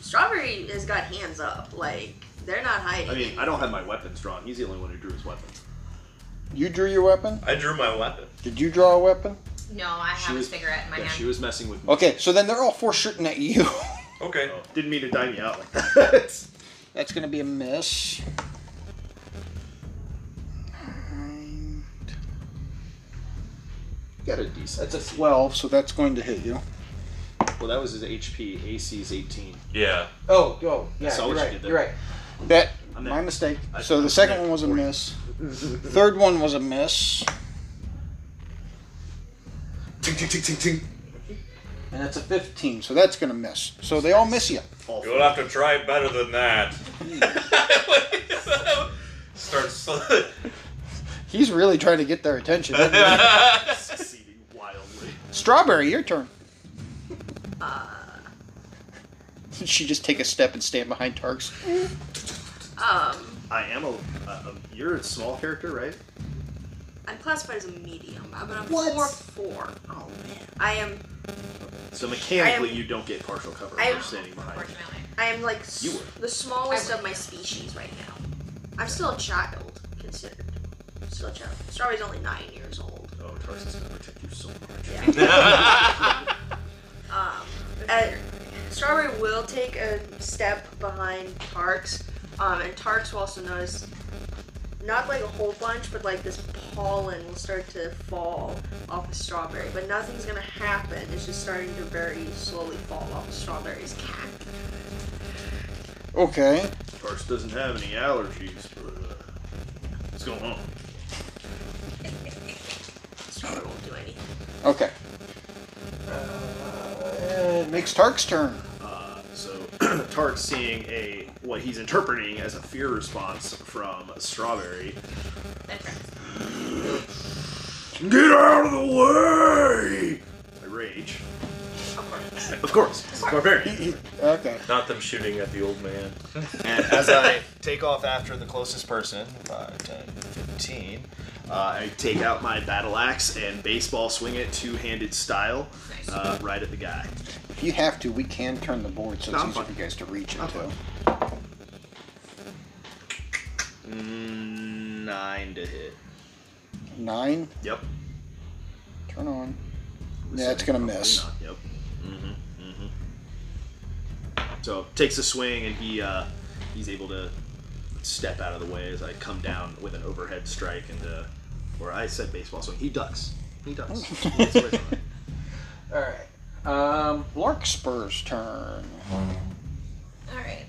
Speaker 6: Strawberry has got hands up. Like, they're not hiding.
Speaker 2: I mean, I don't have my weapons drawn. He's the only one who drew his weapon.
Speaker 1: You drew your weapon?
Speaker 4: I drew my weapon.
Speaker 1: Did you draw a weapon?
Speaker 3: no, I
Speaker 2: She
Speaker 3: have
Speaker 2: was-
Speaker 3: a cigarette in my
Speaker 2: Yeah,
Speaker 3: hand.
Speaker 2: she was messing with me.
Speaker 1: Okay, so then they're all four shooting at you.
Speaker 4: Okay.
Speaker 2: Oh, didn't mean to dime you out like that.
Speaker 1: That's going to be a miss.
Speaker 2: got a decent.
Speaker 1: That's a 12, so that's going to hit you.
Speaker 2: Well, that was his HP. AC's 18.
Speaker 4: Yeah.
Speaker 1: Oh, oh, yeah,
Speaker 2: Saw
Speaker 1: you're
Speaker 2: what you
Speaker 1: right.
Speaker 2: did there.
Speaker 1: you're right. That
Speaker 2: I'm
Speaker 1: my
Speaker 2: at-
Speaker 1: mistake.
Speaker 2: I-
Speaker 1: so
Speaker 2: I'm
Speaker 1: the second
Speaker 2: at
Speaker 1: one was a
Speaker 2: 40.
Speaker 1: miss. Third one was a miss,
Speaker 2: Ting, ting, ting, ting, ting.
Speaker 1: and that's a 15. So that's gonna miss. So they all miss you.
Speaker 2: All
Speaker 4: You'll have to try better than that. Starts.
Speaker 1: He's really trying to get their attention. isn't he?
Speaker 2: succeeding wildly.
Speaker 1: Strawberry, your turn. she just take a step and stand behind Tarks.
Speaker 6: Um,
Speaker 2: I am a. a, a you're a small character, right?
Speaker 6: I'm classified as a medium, but I'm
Speaker 1: What?
Speaker 6: four four. Oh man, I am.
Speaker 2: So mechanically,
Speaker 6: I am-
Speaker 2: you don't get partial cover.
Speaker 6: I am-
Speaker 2: you're standing behind. me.
Speaker 3: Unfortunately.
Speaker 6: I am like s-
Speaker 2: You were.
Speaker 6: the smallest
Speaker 3: I
Speaker 6: of my species right now. I'm still a child considered. Still a child. Strawberry's only nine years old.
Speaker 2: Oh, Tarsus is gonna protect you so much.
Speaker 6: Yeah. Um, and Strawberry will take a step behind Tarks, um, and Tarks will also notice not like a whole bunch, but like this pollen will start to fall off of Strawberry. But nothing's gonna happen. It's just starting to very slowly fall off of Strawberry's cap.
Speaker 1: Okay.
Speaker 2: Tarsus doesn't have any allergies, but uh, what's going on?
Speaker 6: Strawberry won't do anything.
Speaker 1: Okay. Uh, it makes Tark's turn.
Speaker 2: Uh, so Tark seeing a what he's interpreting as a fear response from Strawberry.
Speaker 3: That tracks.
Speaker 2: Get out of the way! I rage. Of course, it's barbarian.
Speaker 1: He- he- okay.
Speaker 4: Not them shooting at the old man.
Speaker 2: And as I take off after the closest person, 5, 10, 15, uh, I take out my battle axe and baseball swing it two handed style
Speaker 3: Nice.
Speaker 2: uh, right at the guy.
Speaker 1: If you have to, we can turn the board so
Speaker 2: No,
Speaker 1: it's
Speaker 2: I'm
Speaker 1: easier for
Speaker 2: fine.
Speaker 1: you guys to reach
Speaker 2: I'm
Speaker 1: into.
Speaker 2: Mm, Nine to hit.
Speaker 1: Nine.
Speaker 2: Yep.
Speaker 1: Turn on. Yeah, it's gonna
Speaker 2: Probably
Speaker 1: miss.
Speaker 2: not, Yep. hmm hmm So takes a swing and he uh, he's able to step out of the way as I come down with an overhead strike and uh, or I said baseball swing. He ducks. He ducks. He gets away from it.
Speaker 1: All right. Um, Larkspur's turn.
Speaker 3: All right.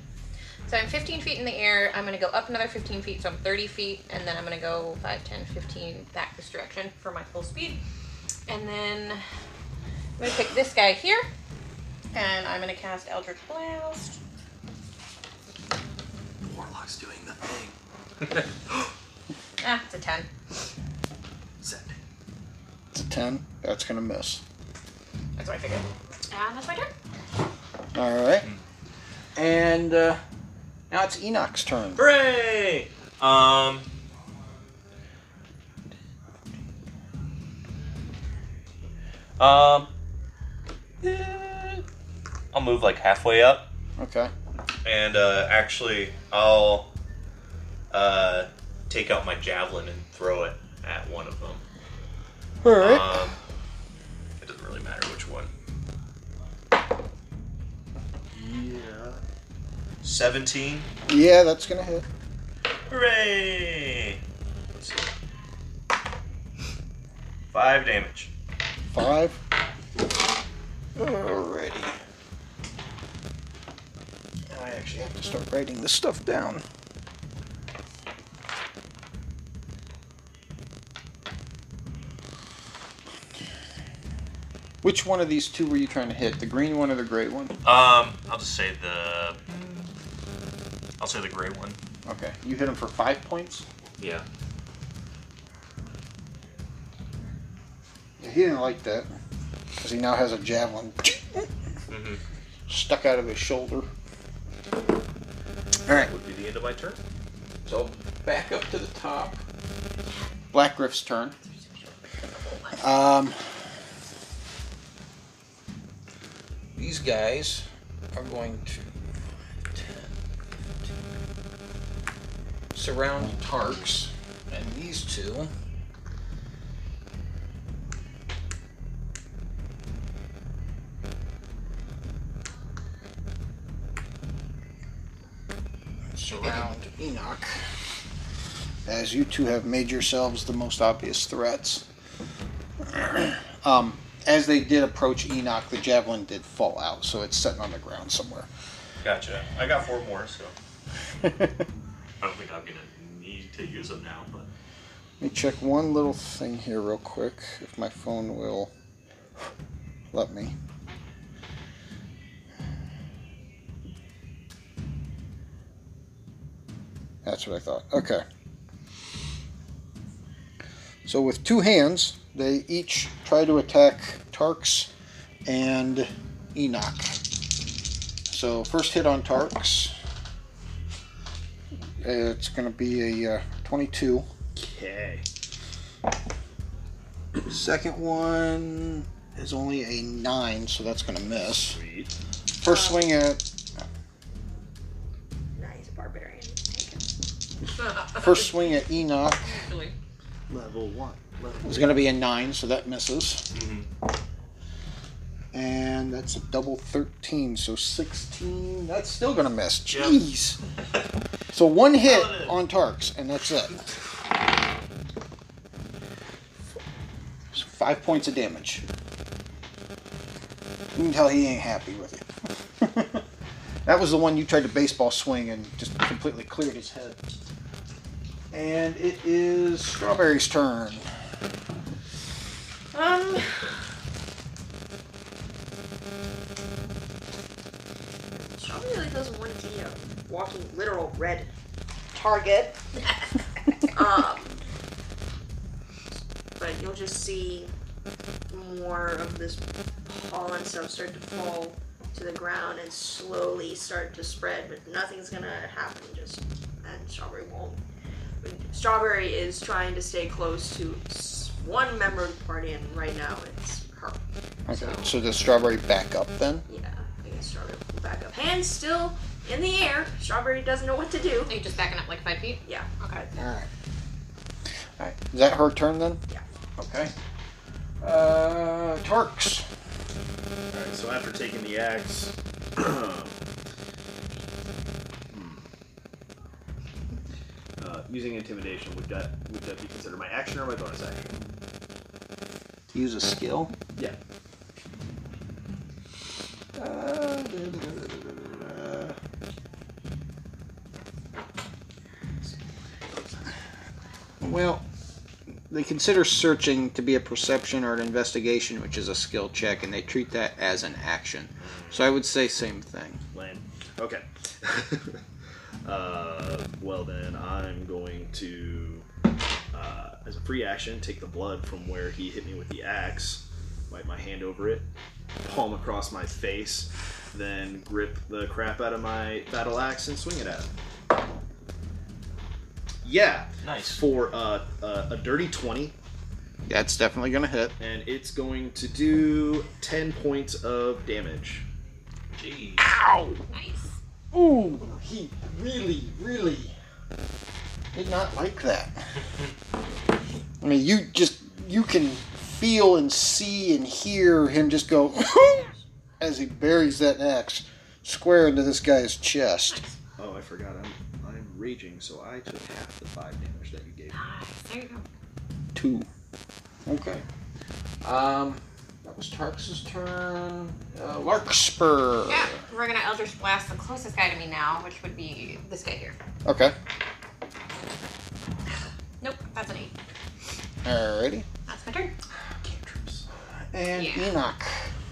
Speaker 3: So I'm 15 feet in the air. I'm going to go up another 15 feet, so I'm 30 feet, and then I'm going to go 5, 10, 15 back this direction for my full speed. And then I'm going to pick this guy here, and I'm going to cast Eldritch Blast.
Speaker 2: Warlock's doing the thing.
Speaker 3: Ah, it's a 10.
Speaker 2: Send.
Speaker 1: It's a ten. That's gonna miss.
Speaker 3: That's what I figured. And Ah, that's my turn.
Speaker 1: All right.
Speaker 2: Hmm.
Speaker 1: And uh, now it's Enoch's turn.
Speaker 4: Hooray! Um. Um. eh, I'll move like halfway up.
Speaker 1: Okay.
Speaker 4: And uh, actually, I'll uh, take out my javelin and throw it at one of them.
Speaker 1: All right.
Speaker 4: Um, it doesn't really matter which one.
Speaker 2: Yeah.
Speaker 4: 17.
Speaker 1: yeah, that's gonna hit.
Speaker 4: Hooray! Let's see. Five damage.
Speaker 1: Five. Alrighty. Now I actually have to start writing this stuff down. Which one of these two were you trying to hit? The green one or the gray one?
Speaker 4: Um, I'll just say the. I'll say the gray one.
Speaker 1: Okay. You hit him for five points?
Speaker 4: Yeah.
Speaker 1: Yeah, he didn't like that. Because he now has a javelin
Speaker 4: Mm-hmm.
Speaker 1: stuck out of his shoulder. Alright.
Speaker 4: Would be the end of my turn.
Speaker 7: So back up to the top.
Speaker 1: Black Griff's turn. Um,
Speaker 5: These guys are going to surround Tarks, and these two. Surround Enoch.
Speaker 1: as you two have made yourselves the most obvious threats. Um, as they did approach Enoch, the javelin did fall out, so it's sitting on the ground somewhere.
Speaker 4: Gotcha. I got four more, so
Speaker 1: Let
Speaker 4: I don't think I'm gonna need to use them now. But
Speaker 1: me check one little thing here real quick, if my phone will let me. That's what I thought. Okay. So with two hands, they each try to attack Tarks and Enoch. So first hit on Tarks. It's going to be a uh, 22.
Speaker 2: Okay.
Speaker 1: Second one is only a 9, so that's going to miss.
Speaker 2: Sweet.
Speaker 1: First swing at
Speaker 6: Nah, he's a barbarian.
Speaker 1: first swing at Enoch
Speaker 3: Usually.
Speaker 2: Level one. Level
Speaker 1: is going to be a 9, so that misses.
Speaker 4: Mhm.
Speaker 1: And that's a double 13, so 16. That's still going to miss.
Speaker 4: Yep.
Speaker 1: Jeez. So one hit
Speaker 4: Nailed it.
Speaker 1: on Tarks, and that's it. So five points of damage. You can tell he ain't happy with it. that was the one you tried to baseball swing and just completely cleared his head. And it is Strawberry's turn.
Speaker 6: Um. Probably like those one D of walking literal red target. um. But you'll just see more of this pollen stuff start to fall to the ground and slowly start to spread, but nothing's gonna happen. Just and strawberry won't Strawberry is trying to stay close to s- one member of the party, and right now it's her.
Speaker 1: Okay,
Speaker 6: So,
Speaker 1: so does Strawberry back up then?
Speaker 6: yeah, I guess Strawberry will back up. Hands still in the air. Strawberry doesn't know what to do.
Speaker 3: Are you just backing up like five feet?
Speaker 6: Yeah.
Speaker 3: Okay.
Speaker 1: Alright. Alright. Is that her turn then?
Speaker 6: Yeah.
Speaker 1: Okay. Uh, Tarks.
Speaker 2: All right. So after taking the axe. Hmm. Uh, using intimidation would that would that be considered my action or my bonus action?
Speaker 1: Use a skill.
Speaker 2: Yeah.
Speaker 1: Well, they consider searching to be a perception or an investigation, which is a skill check, and they treat that as an action. So I would say same thing.
Speaker 2: Land. Okay. uh, well then, I'm going to, uh, as a free action, take the blood from where he hit me with the axe, wipe my hand over it, palm across my face, then grip the crap out of my battle axe and swing it at him. Yeah.
Speaker 4: Nice.
Speaker 2: For uh, uh, a dirty twenty,
Speaker 1: That's definitely gonna hit.
Speaker 2: and it's going to do ten points of damage.
Speaker 4: Jeez.
Speaker 3: Nice.
Speaker 1: Ooh, he really, really did not like that. I mean, you just you can feel and see and hear him just go as he buries that axe square into this guy's chest.
Speaker 2: Oh, I forgot. I'm I'm raging, so I took half the five damage that you gave me.
Speaker 3: There you go.
Speaker 1: Two. Okay. Um, that was Tarx's turn. Uh, Larkspur.
Speaker 3: Yeah, we're gonna Eldritch Blast the closest guy to me now, which would be this guy here.
Speaker 1: Okay.
Speaker 3: Nope, that's an eight.
Speaker 1: Alrighty.
Speaker 3: That's my turn.
Speaker 2: Cantrips.
Speaker 1: And
Speaker 3: Yeah.
Speaker 1: Enoch.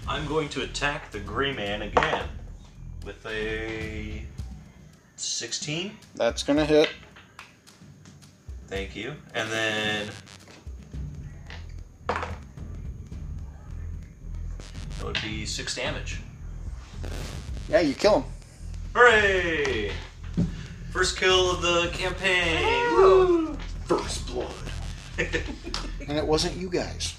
Speaker 4: I'm going to attack the gray man again with a 16.
Speaker 1: That's gonna hit.
Speaker 4: Thank you. And then that would be six damage.
Speaker 1: Yeah, you kill him.
Speaker 4: Hooray! First kill of the campaign.
Speaker 3: Ooh.
Speaker 2: First blood.
Speaker 1: And it wasn't you guys.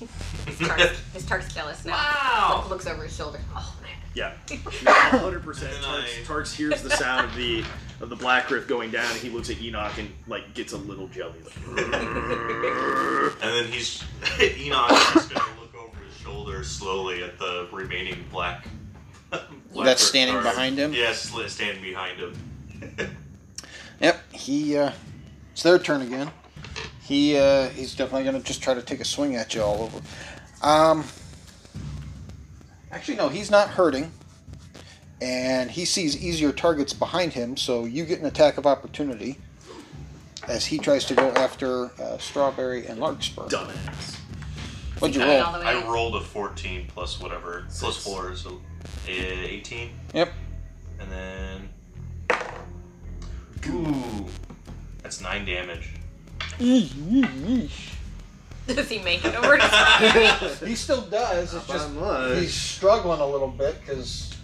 Speaker 3: His Tark, his Tark's jealous now.
Speaker 4: Wow.
Speaker 3: Looks over his shoulder. Oh man.
Speaker 2: Yeah, hundred percent.
Speaker 4: And then
Speaker 2: Tarks
Speaker 4: I-
Speaker 2: Tarks hears the sound of the of the black rift going down, and he looks at Enoch and like gets a little jelly. Like,
Speaker 4: And then he's Enoch is just gonna look over his shoulder slowly at the remaining black. black
Speaker 1: That's standing
Speaker 4: guard.
Speaker 1: behind him?
Speaker 4: Yes, li- standing behind him.
Speaker 1: Yep, he. Uh, it's their turn again. He uh, he's definitely gonna just try to take a swing at you all over. Um, Actually, no, he's not hurting. And he sees easier targets behind him, so you get an attack of opportunity as he tries to go after uh, Strawberry and Larkspur.
Speaker 2: Dumbass.
Speaker 1: What'd you
Speaker 3: Coming all
Speaker 1: roll?
Speaker 3: the way
Speaker 4: I
Speaker 3: in.
Speaker 4: rolled a 14 plus whatever, plus 4, so eh, 18.
Speaker 1: Yep.
Speaker 4: And then. Ooh. That's 9 damage.
Speaker 3: Does he make it over to Tommy?
Speaker 1: He still does. It's just
Speaker 2: much.
Speaker 1: he's struggling a little bit because.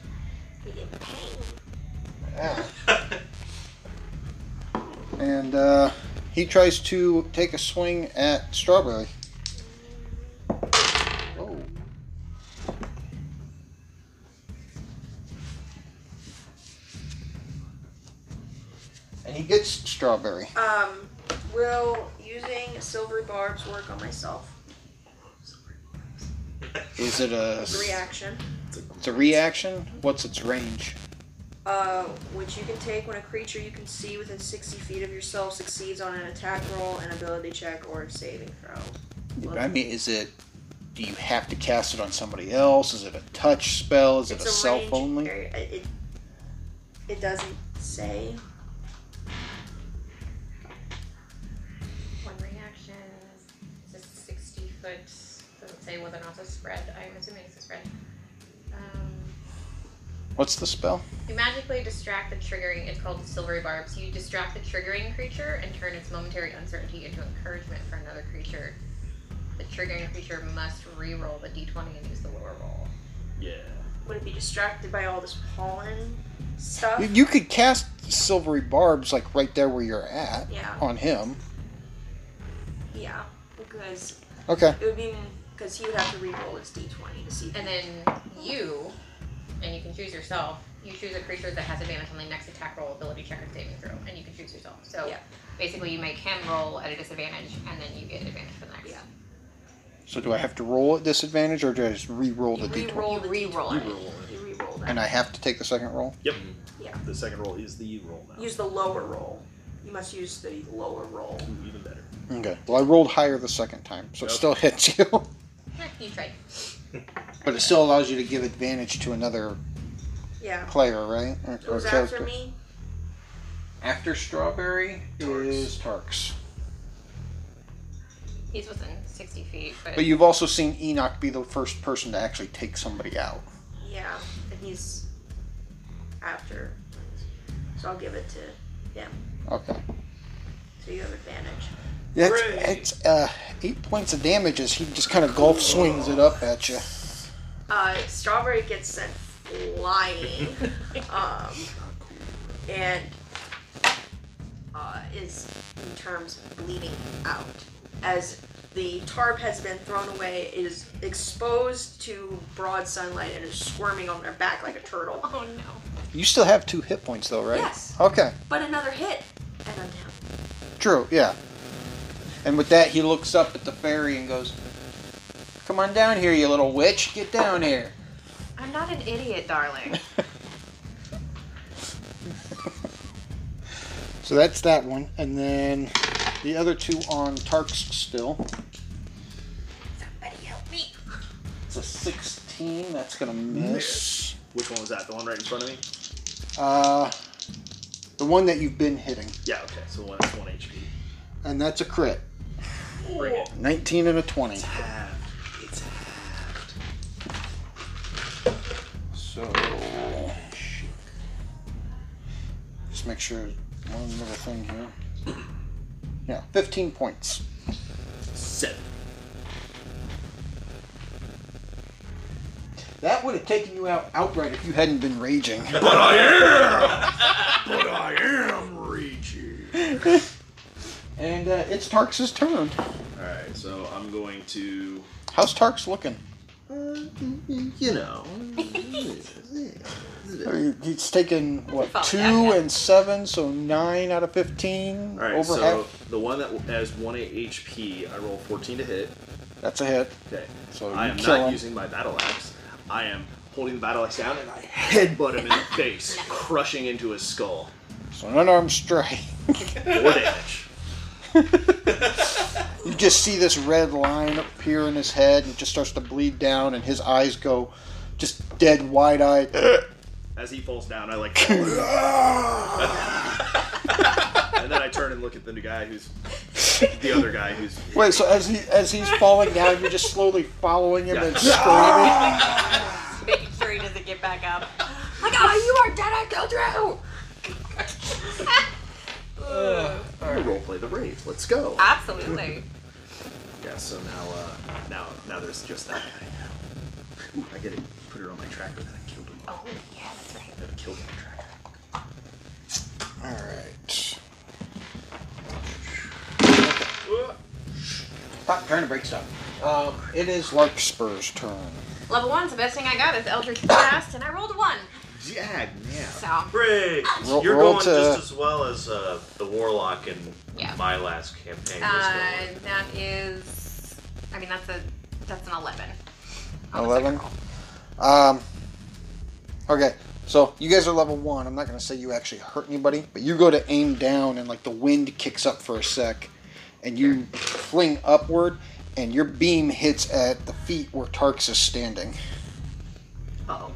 Speaker 1: And uh, he tries to take a swing at Strawberry. Oh. And he gets Strawberry.
Speaker 6: Um, will using silver barbs work on myself?
Speaker 1: Is it a.
Speaker 6: Reaction.
Speaker 1: It's a reaction? What's its range?
Speaker 6: Uh, which you can take when a creature you can see within 60 feet of yourself succeeds on an attack roll, an ability check, or a saving throw.
Speaker 1: I mean, is it. Do you have to cast it on somebody else? Is it a touch spell? Is it a, self
Speaker 6: range
Speaker 1: only?
Speaker 6: area- It, it, it doesn't say.
Speaker 3: One reaction is just 60 foot. Doesn't say whether or not it's a spread. I'm assuming it's a spread. Um,
Speaker 1: What's the spell?
Speaker 3: you magically distract the triggering. It's called Silvery Barbs. You distract the triggering creature and turn its momentary uncertainty into encouragement for another creature. The triggering creature must re-roll the d20 and use the lower roll.
Speaker 2: Yeah.
Speaker 6: Would it be distracted by all this pollen stuff?
Speaker 1: You, you could cast silvery barbs like right there where you're at
Speaker 6: Yeah.
Speaker 1: on him.
Speaker 6: Yeah, because
Speaker 1: Okay.
Speaker 6: it would be because he would have to re-roll his d20 to see.
Speaker 3: And then you, and you can choose yourself. You choose a creature that has advantage on the next attack roll, ability check, or saving throw, and you can choose yourself. So
Speaker 6: Yeah.
Speaker 3: basically, you make him roll at a disadvantage, and then you get advantage for the next.
Speaker 6: Yeah.
Speaker 1: So do I have to roll at disadvantage or do I just re-roll the d20?
Speaker 3: Re-roll,
Speaker 6: the
Speaker 3: re-roll
Speaker 2: You
Speaker 3: it.
Speaker 2: roll it.
Speaker 6: You re-roll that.
Speaker 1: And I have to take the second roll?
Speaker 2: Yep.
Speaker 6: Yeah.
Speaker 2: The second roll is the roll now.
Speaker 6: Use the lower roll. You must use the lower roll.
Speaker 2: Ooh, even better.
Speaker 1: Okay. Well, I rolled higher the second time, so it
Speaker 2: Okay.
Speaker 1: still hits you.
Speaker 3: Eh, You tried.
Speaker 1: but it still allows you to give advantage to another
Speaker 6: Yeah.
Speaker 1: player, right? Or,
Speaker 6: It was after me.
Speaker 7: After strawberry
Speaker 1: Is Tarks.
Speaker 3: He's within sixty feet, but,
Speaker 1: But you've also seen Enoch be the first person to actually take somebody out.
Speaker 6: Yeah, and he's after. So I'll give it to him.
Speaker 1: Okay.
Speaker 6: So you have advantage.
Speaker 1: Yeah, it's,
Speaker 2: Hooray.
Speaker 1: it's, uh, eight points of damage as he just kind of golf swings it up at you.
Speaker 6: Uh, Strawberry gets sent flying, um, and uh, is in terms bleeding out as the tarp has been thrown away. It is exposed to broad sunlight and is squirming on their back like a turtle.
Speaker 3: oh no,
Speaker 1: You still have two hit points though, right?
Speaker 6: Yes.
Speaker 1: Okay.
Speaker 6: But another hit, and I'm down.
Speaker 1: True, yeah. And with that, he looks up at the fairy and goes, Come on down here, you little witch. Get down here.
Speaker 3: I'm not an idiot, darling.
Speaker 1: So that's that one. And then the other two on Tarks still.
Speaker 3: Somebody help me.
Speaker 1: It's a 16. That's going to miss.
Speaker 2: Which one was that? The one right in front of me?
Speaker 1: Uh, the one that you've been hitting.
Speaker 2: Yeah, okay. So one, that's one HP.
Speaker 1: And that's a crit.
Speaker 2: Bring it.
Speaker 1: 19 and a 20.
Speaker 2: Half. It's halved.
Speaker 1: So. Just make sure one little thing here. Yeah, 15 points.
Speaker 2: Seven.
Speaker 1: That would have taken you out outright if you hadn't been raging.
Speaker 2: But I am! but I am raging!
Speaker 1: and uh, it's Tark's turn.
Speaker 2: Alright, so I'm going to.
Speaker 1: How's Tark's looking?
Speaker 2: Mm, You know.
Speaker 1: I mean, He's taken, what,
Speaker 3: Fall
Speaker 1: two
Speaker 3: down now.
Speaker 1: and seven, so nine out of 15.
Speaker 2: Alright,
Speaker 1: over
Speaker 2: so
Speaker 1: half.
Speaker 2: the one that has 1 HP, I roll 14 to hit.
Speaker 1: That's a hit.
Speaker 2: Okay.
Speaker 1: So
Speaker 2: I
Speaker 1: you
Speaker 2: am
Speaker 1: kill
Speaker 2: not
Speaker 1: him.
Speaker 2: using my battle axe. I am holding the battle axe down and I headbutt him in the face, crushing into his skull.
Speaker 1: So an unarmed strike.
Speaker 2: Four damage.
Speaker 1: You just see this red line appear in his head and it just starts to bleed down, and his eyes go just dead wide eyed.
Speaker 2: As he falls down, I like. fall over. and then I turn and look at the guy who's the other guy who's.
Speaker 1: Wait, so as he as he's falling down, you're just slowly following him and
Speaker 2: Yeah.
Speaker 1: screaming.
Speaker 3: making sure he doesn't get back up. My God, you are dead. I killed you.
Speaker 2: We're gonna play the rave. Let's go.
Speaker 1: Ah.
Speaker 3: Absolutely.
Speaker 2: Yeah. So now, uh, now, now there's just that guy now. Ooh, I gotta put it on my tracker that I killed him.
Speaker 3: Oh yeah, that's right.
Speaker 2: That I killed my tracker.
Speaker 5: All right. Stop trying to break stuff. Um,
Speaker 1: It is Larkspur's turn.
Speaker 3: Level one's the best thing I got is Eldritch Blast, and I rolled a one.
Speaker 2: Yeah. Yeah.
Speaker 3: So uh,
Speaker 4: Briggs,
Speaker 1: Roll-
Speaker 4: you're
Speaker 1: roll
Speaker 4: going
Speaker 1: to-
Speaker 4: just as well as uh, the warlock in
Speaker 3: Yeah.
Speaker 4: my last campaign.
Speaker 3: uh,
Speaker 4: Was
Speaker 3: that is, I mean that's a that's an eleven. On the
Speaker 1: Eleven.
Speaker 3: second roll.
Speaker 1: Um. Okay, so you guys are level one. I'm not gonna say you actually hurt anybody, but you go to aim down, and like the wind kicks up for a sec, and you fling upward, and your beam hits at the feet where Tarx is standing.
Speaker 3: Uh-oh.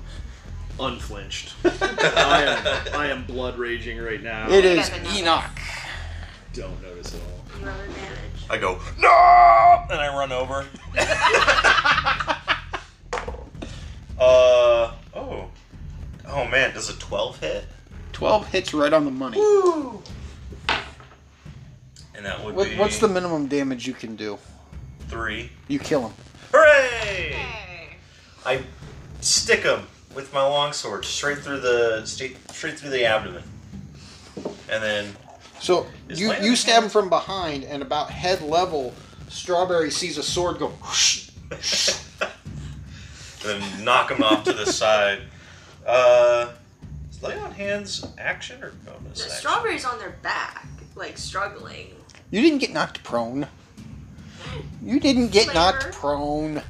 Speaker 2: Unflinched. I am. I am blood raging right now.
Speaker 1: It is
Speaker 3: Doesn't notice.
Speaker 1: Enoch.
Speaker 2: Don't notice at all.
Speaker 6: Another advantage.
Speaker 4: I go no, and I run over. uh oh, oh man, does a twelve hit?
Speaker 1: Twelve hits right on the money.
Speaker 4: And that would
Speaker 1: What,
Speaker 4: be
Speaker 1: what's the minimum damage you can do?
Speaker 4: three?
Speaker 1: You kill him.
Speaker 4: Hooray!
Speaker 3: Hey.
Speaker 4: I stick him with my longsword straight through the straight, straight through the abdomen, and then
Speaker 1: So
Speaker 4: Is
Speaker 1: you
Speaker 4: Lana
Speaker 1: you stab him
Speaker 4: hands-
Speaker 1: from behind, and about head level, Strawberry sees a sword go. whoosh.
Speaker 4: and then knock him off to the side. Uh, is lay on hands action or bonus
Speaker 6: The
Speaker 4: action?
Speaker 6: strawberries on their back, like struggling.
Speaker 1: You didn't get knocked prone. You didn't get knocked
Speaker 6: Flavor.
Speaker 1: prone.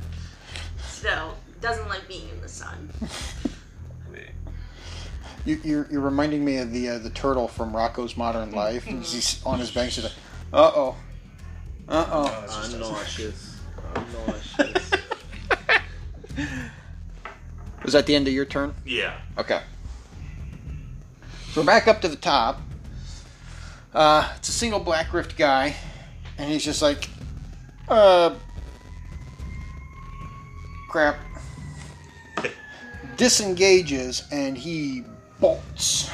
Speaker 6: Still, doesn't like being in the sun.
Speaker 4: Wait.
Speaker 1: You, you're, you're reminding me of the uh, the turtle from Rocco's Modern Life. and He's on his bench. He's like, uh oh, uh oh.
Speaker 4: Oh, it's just-
Speaker 2: nauseous. I'm nauseous.
Speaker 1: Was that the end of your turn?
Speaker 4: yeah.
Speaker 1: Okay. So we're back up to the top. Uh, it's a single black rift guy, and he's just like, uh, crap. Disengages and he bolts.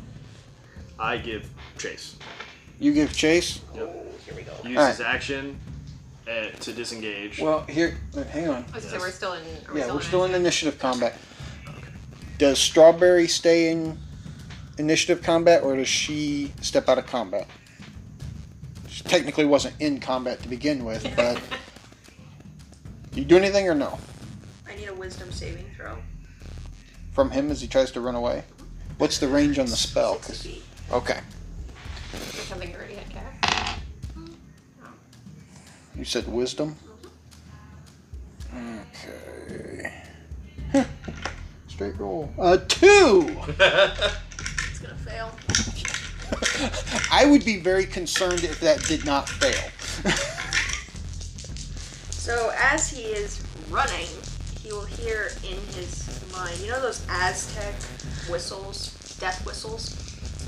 Speaker 2: I give chase.
Speaker 1: You give chase.
Speaker 6: Oh,
Speaker 2: Use
Speaker 1: All right.
Speaker 2: his action uh, to disengage.
Speaker 1: Well, here, hang on.
Speaker 3: Oh, So we're still in. Are we
Speaker 1: Yeah,
Speaker 3: still
Speaker 1: we're still in
Speaker 3: initiative?
Speaker 1: initiative combat. Does Strawberry stay in initiative combat, or does she step out of combat? She technically wasn't in combat to begin with, but do you do anything or no
Speaker 6: I need a wisdom saving throw.
Speaker 1: from him as he tries to run away? What's the range on the
Speaker 5: Oh.
Speaker 1: spell? 'Cause-
Speaker 6: 60 feet.
Speaker 1: Okay,
Speaker 3: Is Something you already had, Kat?
Speaker 1: you said wisdom. Okay. Straight roll. A two.
Speaker 6: It's gonna fail.
Speaker 1: I would be very concerned if that did not fail.
Speaker 6: So as he is running, he will hear in his mind, you know those Aztec whistles, death whistles.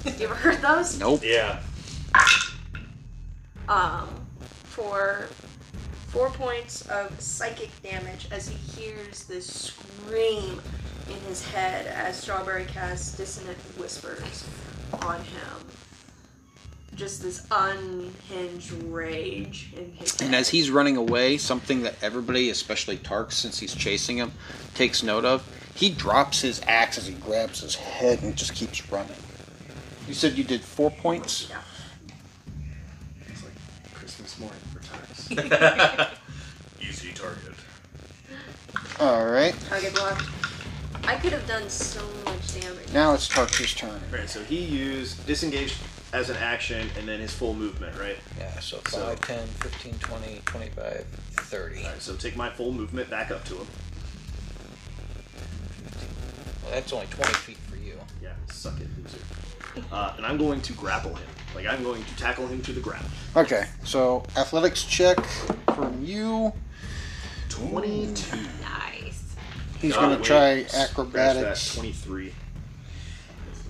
Speaker 6: you ever heard those?
Speaker 1: Nope.
Speaker 4: Yeah.
Speaker 6: Um, for four points of psychic damage as he hears this scream in his head as Strawberry casts dissonant whispers on him. Just this unhinged rage in his head.
Speaker 5: And as he's running away, something that everybody, especially Tark, since he's chasing him, takes note of,
Speaker 1: He drops his axe as he grabs his head and just keeps running. You said you did four points?
Speaker 6: Yeah.
Speaker 2: It's like Christmas morning for Titus.
Speaker 4: Easy target.
Speaker 1: All right.
Speaker 6: Target block. I could have done so much damage.
Speaker 1: Now it's Tark's turn.
Speaker 2: Alright, so he used disengage as an action and then his full movement, right?
Speaker 5: yeah, so
Speaker 2: So-
Speaker 5: 5, 10, 15, 20, 25, 30.
Speaker 2: Alright, so take my full movement back up to him.
Speaker 5: Well, that's only 20 feet for you.
Speaker 2: Yeah, suck it, loser. Uh, and I'm going to grapple him. Like, I'm going to tackle him to the ground.
Speaker 1: Okay. So athletics check from you.
Speaker 2: 22.
Speaker 3: Nice.
Speaker 1: He's
Speaker 2: Oh,
Speaker 1: going to
Speaker 2: wait.
Speaker 1: try
Speaker 2: Scratch that,
Speaker 1: acrobatics.
Speaker 2: 23.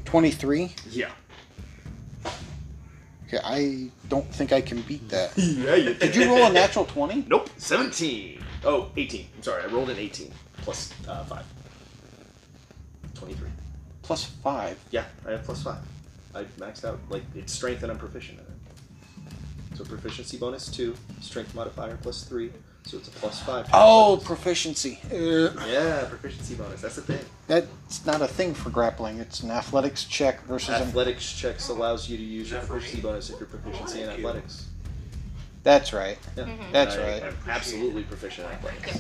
Speaker 1: 23?
Speaker 2: Yeah.
Speaker 1: Okay, I don't think I can beat that.
Speaker 2: yeah you
Speaker 1: Did you roll a natural 20?
Speaker 2: Nope. 17. Oh, 18. I'm sorry. I rolled an 18 plus uh, 5. 23.
Speaker 1: Plus 5.
Speaker 2: Yeah, I have plus 5. I maxed out. Like, it's strength and I'm proficient in it. So proficiency bonus 2, strength modifier plus 3. So it's a plus 5.
Speaker 1: Oh, proficiency. Uh,
Speaker 2: Yeah, proficiency bonus. That's the thing.
Speaker 1: that's not a thing for grappling. It's an athletics check versus an
Speaker 2: Athletics checks allows you to use your
Speaker 8: Not for me.
Speaker 2: proficiency bonus if you're proficiency in
Speaker 8: Thank you.
Speaker 2: athletics.
Speaker 1: That's right.
Speaker 2: Yeah.
Speaker 1: That's
Speaker 2: I
Speaker 1: right.
Speaker 2: am absolutely proficient in athletics.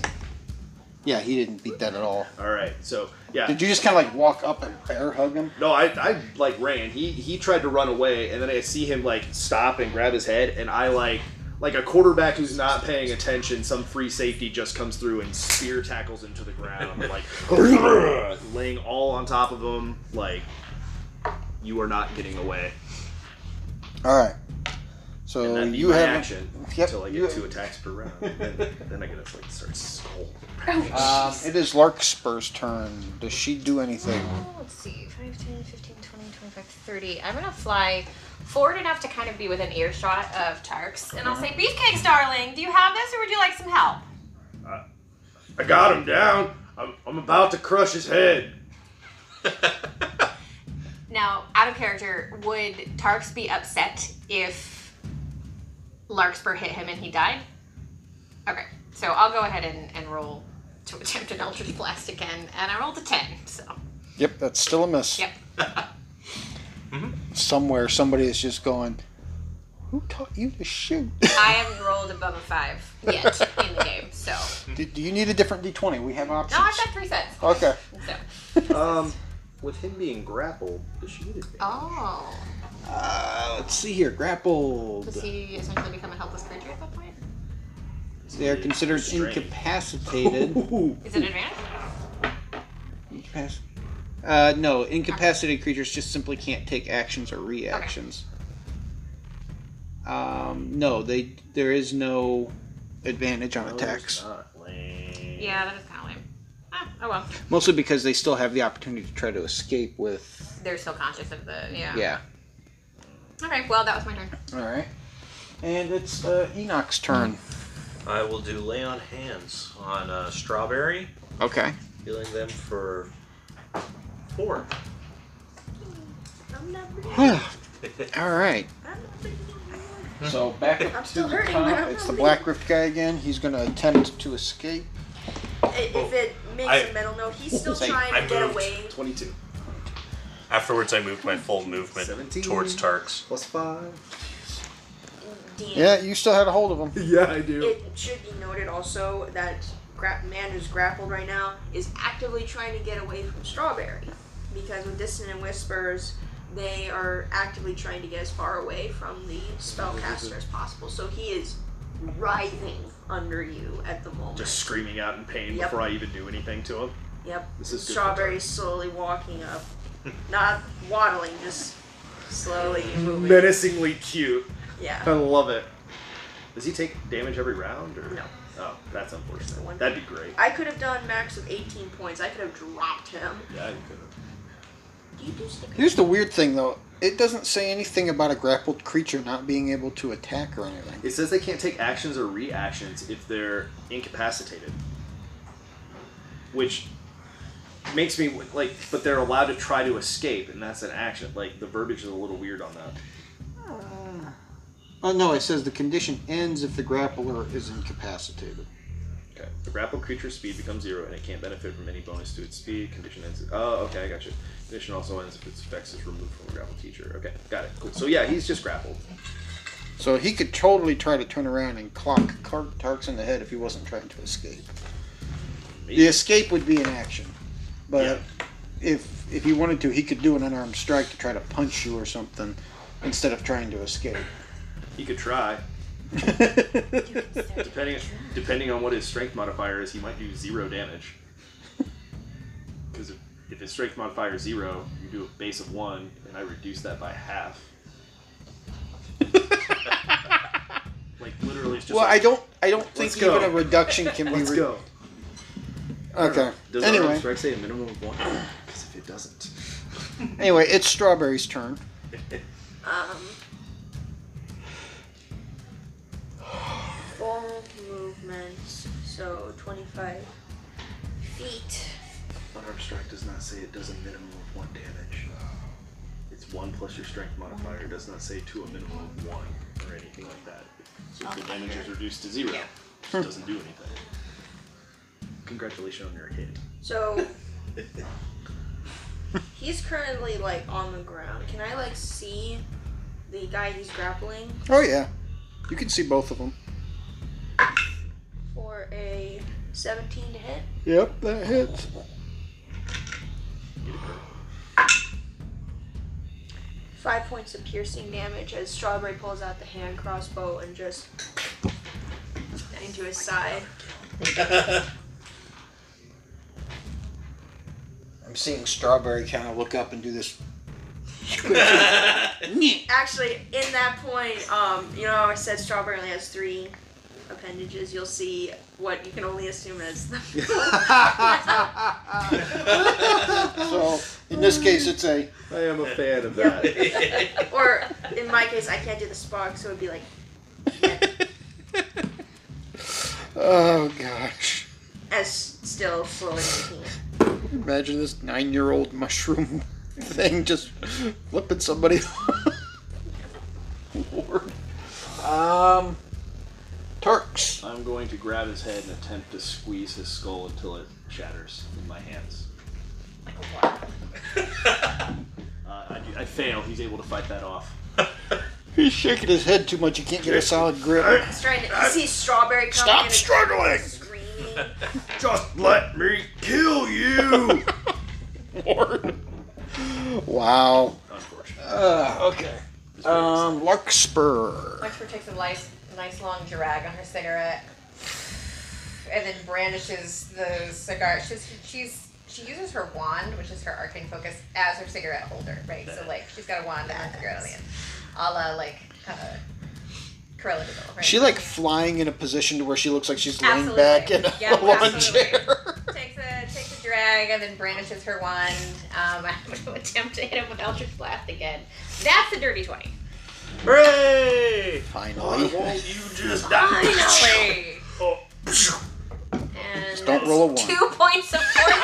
Speaker 1: Yeah, he didn't beat that at all.
Speaker 2: All right. So, yeah.
Speaker 1: Did you just kind of like walk up and bear hug him?
Speaker 2: No, I, I like ran. He he tried to run away, and then I see him like stop and grab his head, and I like like a quarterback who's not paying attention. Some free safety just comes through and spear tackles him to the ground, like laying all on top of him. Like you are not getting away.
Speaker 1: All right.
Speaker 2: And
Speaker 1: So
Speaker 2: that'd be
Speaker 1: you
Speaker 2: my
Speaker 1: have
Speaker 2: action
Speaker 1: Yep,
Speaker 2: until I get
Speaker 1: you-
Speaker 2: two attacks per round. And then, then I gotta like start skull.
Speaker 1: Um, it is Larkspur's turn. Does she do anything?
Speaker 9: Well, let's see. 5, 10, 15, 20, 25, 30. I'm going to fly forward enough to kind of be within earshot of Tarks. And I'll say, Beefcakes, darling, do you have this or would you like some help?
Speaker 2: I got him down. I'm, I'm about to crush his head.
Speaker 9: Now, out of character, would Tarks be upset if Larkspur hit him and he died? Okay, so I'll go ahead and, and roll to attempt an Eldritch Blast again, and I rolled a 10, so.
Speaker 1: Yep, that's still a miss.
Speaker 9: Yep.
Speaker 1: Somewhere, somebody is just going, Who taught you to shoot?
Speaker 3: I haven't rolled above a five yet in the game, so
Speaker 1: do, do you need a different d20? We have
Speaker 3: no,
Speaker 1: options.
Speaker 3: I've got three sets.
Speaker 1: Okay.
Speaker 3: So
Speaker 2: Um, with him being grappled, does she get advantage?
Speaker 9: Oh.
Speaker 1: Uh, let's see here. Grappled.
Speaker 9: Does he essentially become a helpless creature at that point?
Speaker 1: They are considered
Speaker 2: Restrained.
Speaker 1: incapacitated.
Speaker 9: Is it advantage?
Speaker 1: Incapac- Uh, no, incapacitated creatures just simply can't take actions or reactions. Um, no, they there is no advantage on
Speaker 2: No,
Speaker 1: attacks.
Speaker 2: it's not. Lame.
Speaker 9: Yeah, that is kind of lame. Ah, oh well.
Speaker 1: Mostly because they still have the opportunity to try to escape with.
Speaker 3: they're still conscious of the yeah.
Speaker 1: Yeah.
Speaker 9: Okay, well, that was my turn.
Speaker 1: All right. And it's uh, Enoch's turn.
Speaker 4: I will do lay on hands on uh, Strawberry,
Speaker 1: Okay.
Speaker 4: healing them for four.
Speaker 1: All right.
Speaker 4: Hmm.
Speaker 7: So back up
Speaker 6: I'm
Speaker 7: to
Speaker 6: still
Speaker 7: the
Speaker 6: hurting, but
Speaker 7: top.
Speaker 6: I'm
Speaker 1: It's the
Speaker 6: not
Speaker 1: Black Rift guy again. He's going to attempt to escape.
Speaker 6: leaving. I- If it makes
Speaker 4: Oh, I-
Speaker 6: a mental note, he's still
Speaker 1: Say,
Speaker 6: trying
Speaker 4: I
Speaker 6: to get
Speaker 4: moved.
Speaker 6: away.
Speaker 2: 22
Speaker 4: Afterwards, I moved my full movement
Speaker 2: Seventeen.
Speaker 4: towards Tarks.
Speaker 2: plus 5.
Speaker 6: Dean.
Speaker 1: Yeah, you still had a hold of him.
Speaker 2: Yeah, I do.
Speaker 6: It should be noted also that gra- man who's grappled right now is actively trying to get away from Strawberry. Because with Dissonant Whispers, they are actively trying to get as far away from the spellcaster as possible. So he is writhing under you at the moment.
Speaker 2: Just screaming out in pain
Speaker 6: Yep.
Speaker 2: before I even do anything to him.
Speaker 6: yep.
Speaker 2: This is good for
Speaker 6: Strawberry slowly walking up. Not waddling, just slowly moving.
Speaker 2: Menacingly cute. I
Speaker 6: Yeah.
Speaker 2: love it. Does he take damage every round? Or?
Speaker 6: No.
Speaker 2: Oh, that's unfortunate.
Speaker 6: One.
Speaker 2: That'd be great.
Speaker 6: I could have done max of 18 points. I could have dropped him.
Speaker 2: Yeah, I could
Speaker 6: Do you do stickers?
Speaker 1: Here's the weird thing, though. It doesn't say anything about a grappled creature not being able to attack or anything.
Speaker 2: It says they can't take actions or reactions if they're incapacitated. Which makes me like, but they're allowed to try to escape, and that's an action. Like, the verbiage is a little weird on that.
Speaker 1: Oh no, it says the condition ends if the grappler is incapacitated.
Speaker 2: Okay. The grappled creature's speed becomes zero, and it can't benefit from any bonus to its speed. Condition ends. Oh, okay, I got you. Condition also ends if its effects is removed from the grappled creature. Okay, got it. Cool. So yeah, he's just grappled.
Speaker 1: So he could totally try to turn around and clock Car- Tarks in the head if he wasn't trying to escape. The escape would be an action, but if if he wanted to, he could do an unarmed strike to try to punch you or something instead of trying to escape.
Speaker 2: He could try. Depending depending on what his strength modifier is, he might do zero damage. Because if, if his strength modifier is zero, you do a base of one, and I reduce that by half. like literally, it's just
Speaker 1: well, I
Speaker 2: like,
Speaker 1: don't I don't think
Speaker 2: Let's go.
Speaker 1: even a reduction can be
Speaker 2: Let's
Speaker 1: re-
Speaker 2: go.
Speaker 1: Okay.
Speaker 8: Does
Speaker 1: Anyway.
Speaker 8: Arcane strike say a minimum of one? Because if it doesn't,
Speaker 1: Anyway, it's Strawberry's turn.
Speaker 6: Um. Full movements, so 25 feet.
Speaker 8: unarmed strike does not say it does a minimum of one damage. It's one plus your strength modifier. It does not say to a minimum of one or anything like that.
Speaker 2: So the damage is reduced to zero.
Speaker 3: Yeah.
Speaker 2: It just doesn't do anything.
Speaker 8: Congratulations on your hit.
Speaker 6: So he's currently like on the ground. Can I like see the guy he's grappling
Speaker 1: Oh yeah, you can see both of them.
Speaker 6: for a 17 to hit?
Speaker 1: Yep, that hits.
Speaker 6: Five points of piercing damage as Strawberry pulls out the hand crossbow and just into his side.
Speaker 5: I'm seeing Strawberry kind of look up and do this.
Speaker 6: Actually, in that point, um, you know, how I said Strawberry only has three appendages. You'll see what you can only assume is the.
Speaker 1: So in this case, it's a
Speaker 8: I am a fan of that.
Speaker 6: or in my case, I can't do the spark, so it'd be like,
Speaker 1: oh gosh.
Speaker 6: as still slowly making it.
Speaker 1: Imagine this nine-year-old mushroom thing just flipping somebody. Lord. Um, Turks.
Speaker 2: I'm going to grab his head and attempt to squeeze his skull until it shatters in my hands. Uh, I, I fail. He's able to fight that off.
Speaker 1: He's shaking his head too much. He can't get a solid grip.
Speaker 6: He's trying to. You see Strawberry coming
Speaker 1: Stop
Speaker 6: in and
Speaker 1: struggling!
Speaker 6: Screaming.
Speaker 2: Just let me kill you!
Speaker 1: Lord. Wow.
Speaker 2: Unfortunately.
Speaker 1: Uh, okay. Um, Larkspur.
Speaker 3: Larkspur takes a nice, nice long drag on her cigarette, and then brandishes the cigar. She's she's she uses her wand, which is her arcane focus, as her cigarette holder, right? So like she's got a wand and a cigarette on the end, a la like kind of Cruella de Vil, right?
Speaker 1: She like flying in a position to where she looks like she's laying
Speaker 3: Absolutely.
Speaker 1: back in a
Speaker 3: Yeah,
Speaker 1: lawn
Speaker 3: absolutely.
Speaker 1: chair.
Speaker 3: takes a takes a drag and then brandishes her wand. Um, I'm going to attempt to hit him with Eldritch Blast again. That's a dirty twenty.
Speaker 2: Hooray! Why
Speaker 1: Finally.
Speaker 2: won't you just die?
Speaker 3: Finally.
Speaker 2: Oh,
Speaker 3: And
Speaker 1: Don't roll a one.
Speaker 3: that's two points of force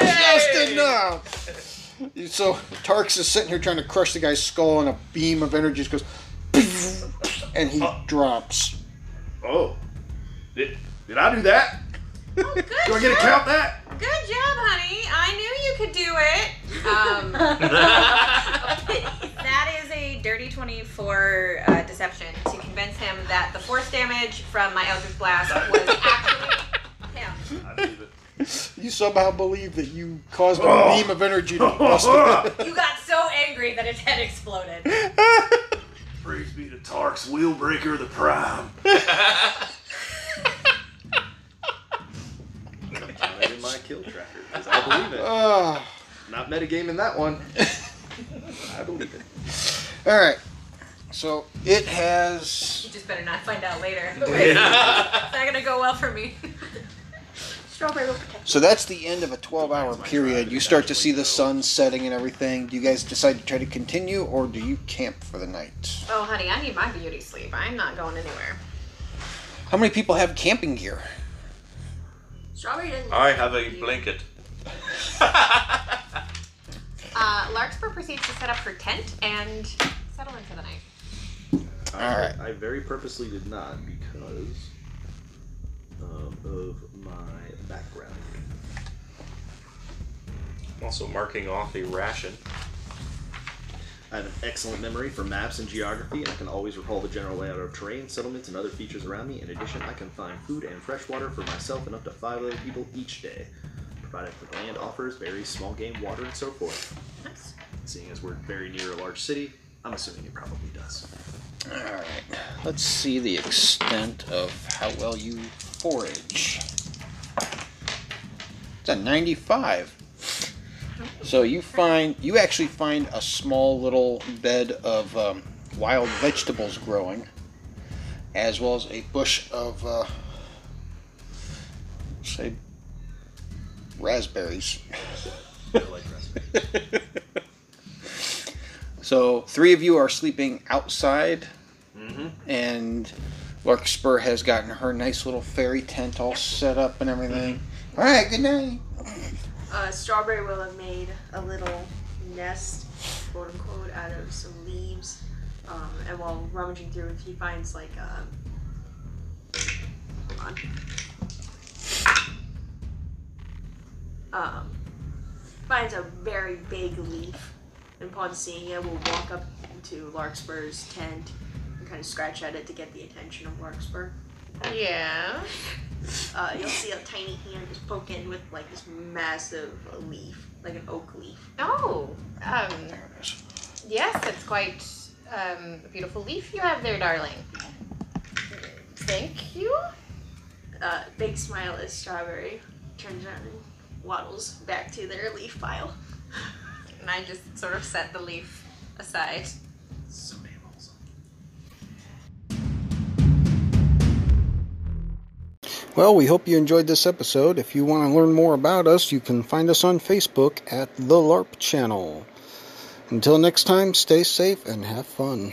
Speaker 3: damage.
Speaker 1: Just enough. So Tarks is sitting here trying to crush the guy's skull, and a beam of energy just goes, and he drops.
Speaker 2: oh. Did, did I do that?
Speaker 3: Oh, good
Speaker 2: Do I get to
Speaker 3: job.
Speaker 2: count that?
Speaker 3: Good job, honey. I knew you could do it. Um, that is a dirty 24 uh, deception to convince him that the force damage from my Eldritch Blast was actually him.
Speaker 2: I believe it.
Speaker 1: You somehow believe that you caused a
Speaker 2: Oh.
Speaker 1: beam of energy to bust. the-
Speaker 3: You got so angry that his head exploded.
Speaker 2: Praise be to Tark's Wheelbreaker the Prime.
Speaker 8: Not in my kill tracker 'cause I believe it.
Speaker 1: Ah.
Speaker 8: Not metagaming that one. I believe it.
Speaker 1: all right. So it has.
Speaker 3: You just better not find out later. It's not gonna go well for me.
Speaker 6: Strawberry will protect
Speaker 1: So that's the end of a 12 hour period. You start to see the sun setting and everything. Do you guys decide to try to continue or do you camp for the night?
Speaker 3: Oh, honey, I need my beauty sleep. I'm not going anywhere.
Speaker 1: How many people have camping gear?
Speaker 6: you. Strawberry doesn't.
Speaker 4: I have a blanket.
Speaker 9: Uh, Larkspur proceeds to set up her tent and settle in for the night.
Speaker 1: All right.
Speaker 8: I very purposely did not because um, of my background.
Speaker 4: I'm also marking off a ration.
Speaker 8: I have an excellent memory for maps and geography, and I can always recall the general layout of terrain, settlements, and other features around me. In addition, I can find food and fresh water for myself and up to five other people each day, provided the land offers various small game, water, and so forth. Seeing as we're very near a large city, I'm assuming it probably does.
Speaker 1: All right. Let's see the extent of how well you forage. It's a 95. So you find you actually find a small little bed of um, wild vegetables growing, as well as a bush of uh, say raspberries. I like raspberries. so three of you are sleeping outside,
Speaker 2: Mm-hmm.
Speaker 1: and Larkspur has gotten her nice little fairy tent all set up and everything. All right, good night.
Speaker 6: Uh, Strawberry will have made a little nest, quote unquote, out of some leaves. Um, and while rummaging through, if he finds like um hold on, um, finds a very big leaf, and upon seeing it, will walk up to Larkspur's tent and kind of scratch at it to get the attention of Larkspur.
Speaker 3: Yeah.
Speaker 6: Uh, you'll see a tiny hand just poke in with like this massive leaf, like an oak leaf.
Speaker 3: Oh, um, yes, that's quite um, a beautiful leaf you have there, darling. Thank you.
Speaker 6: Uh, big smile is strawberry. Turns around and waddles back to their leaf pile.
Speaker 3: And I just sort of set the leaf aside.
Speaker 8: Some animals.
Speaker 1: Well, we hope you enjoyed this episode. If you want to learn more about us, you can find us on Facebook at The LARP Channel. Until next time, stay safe and have fun.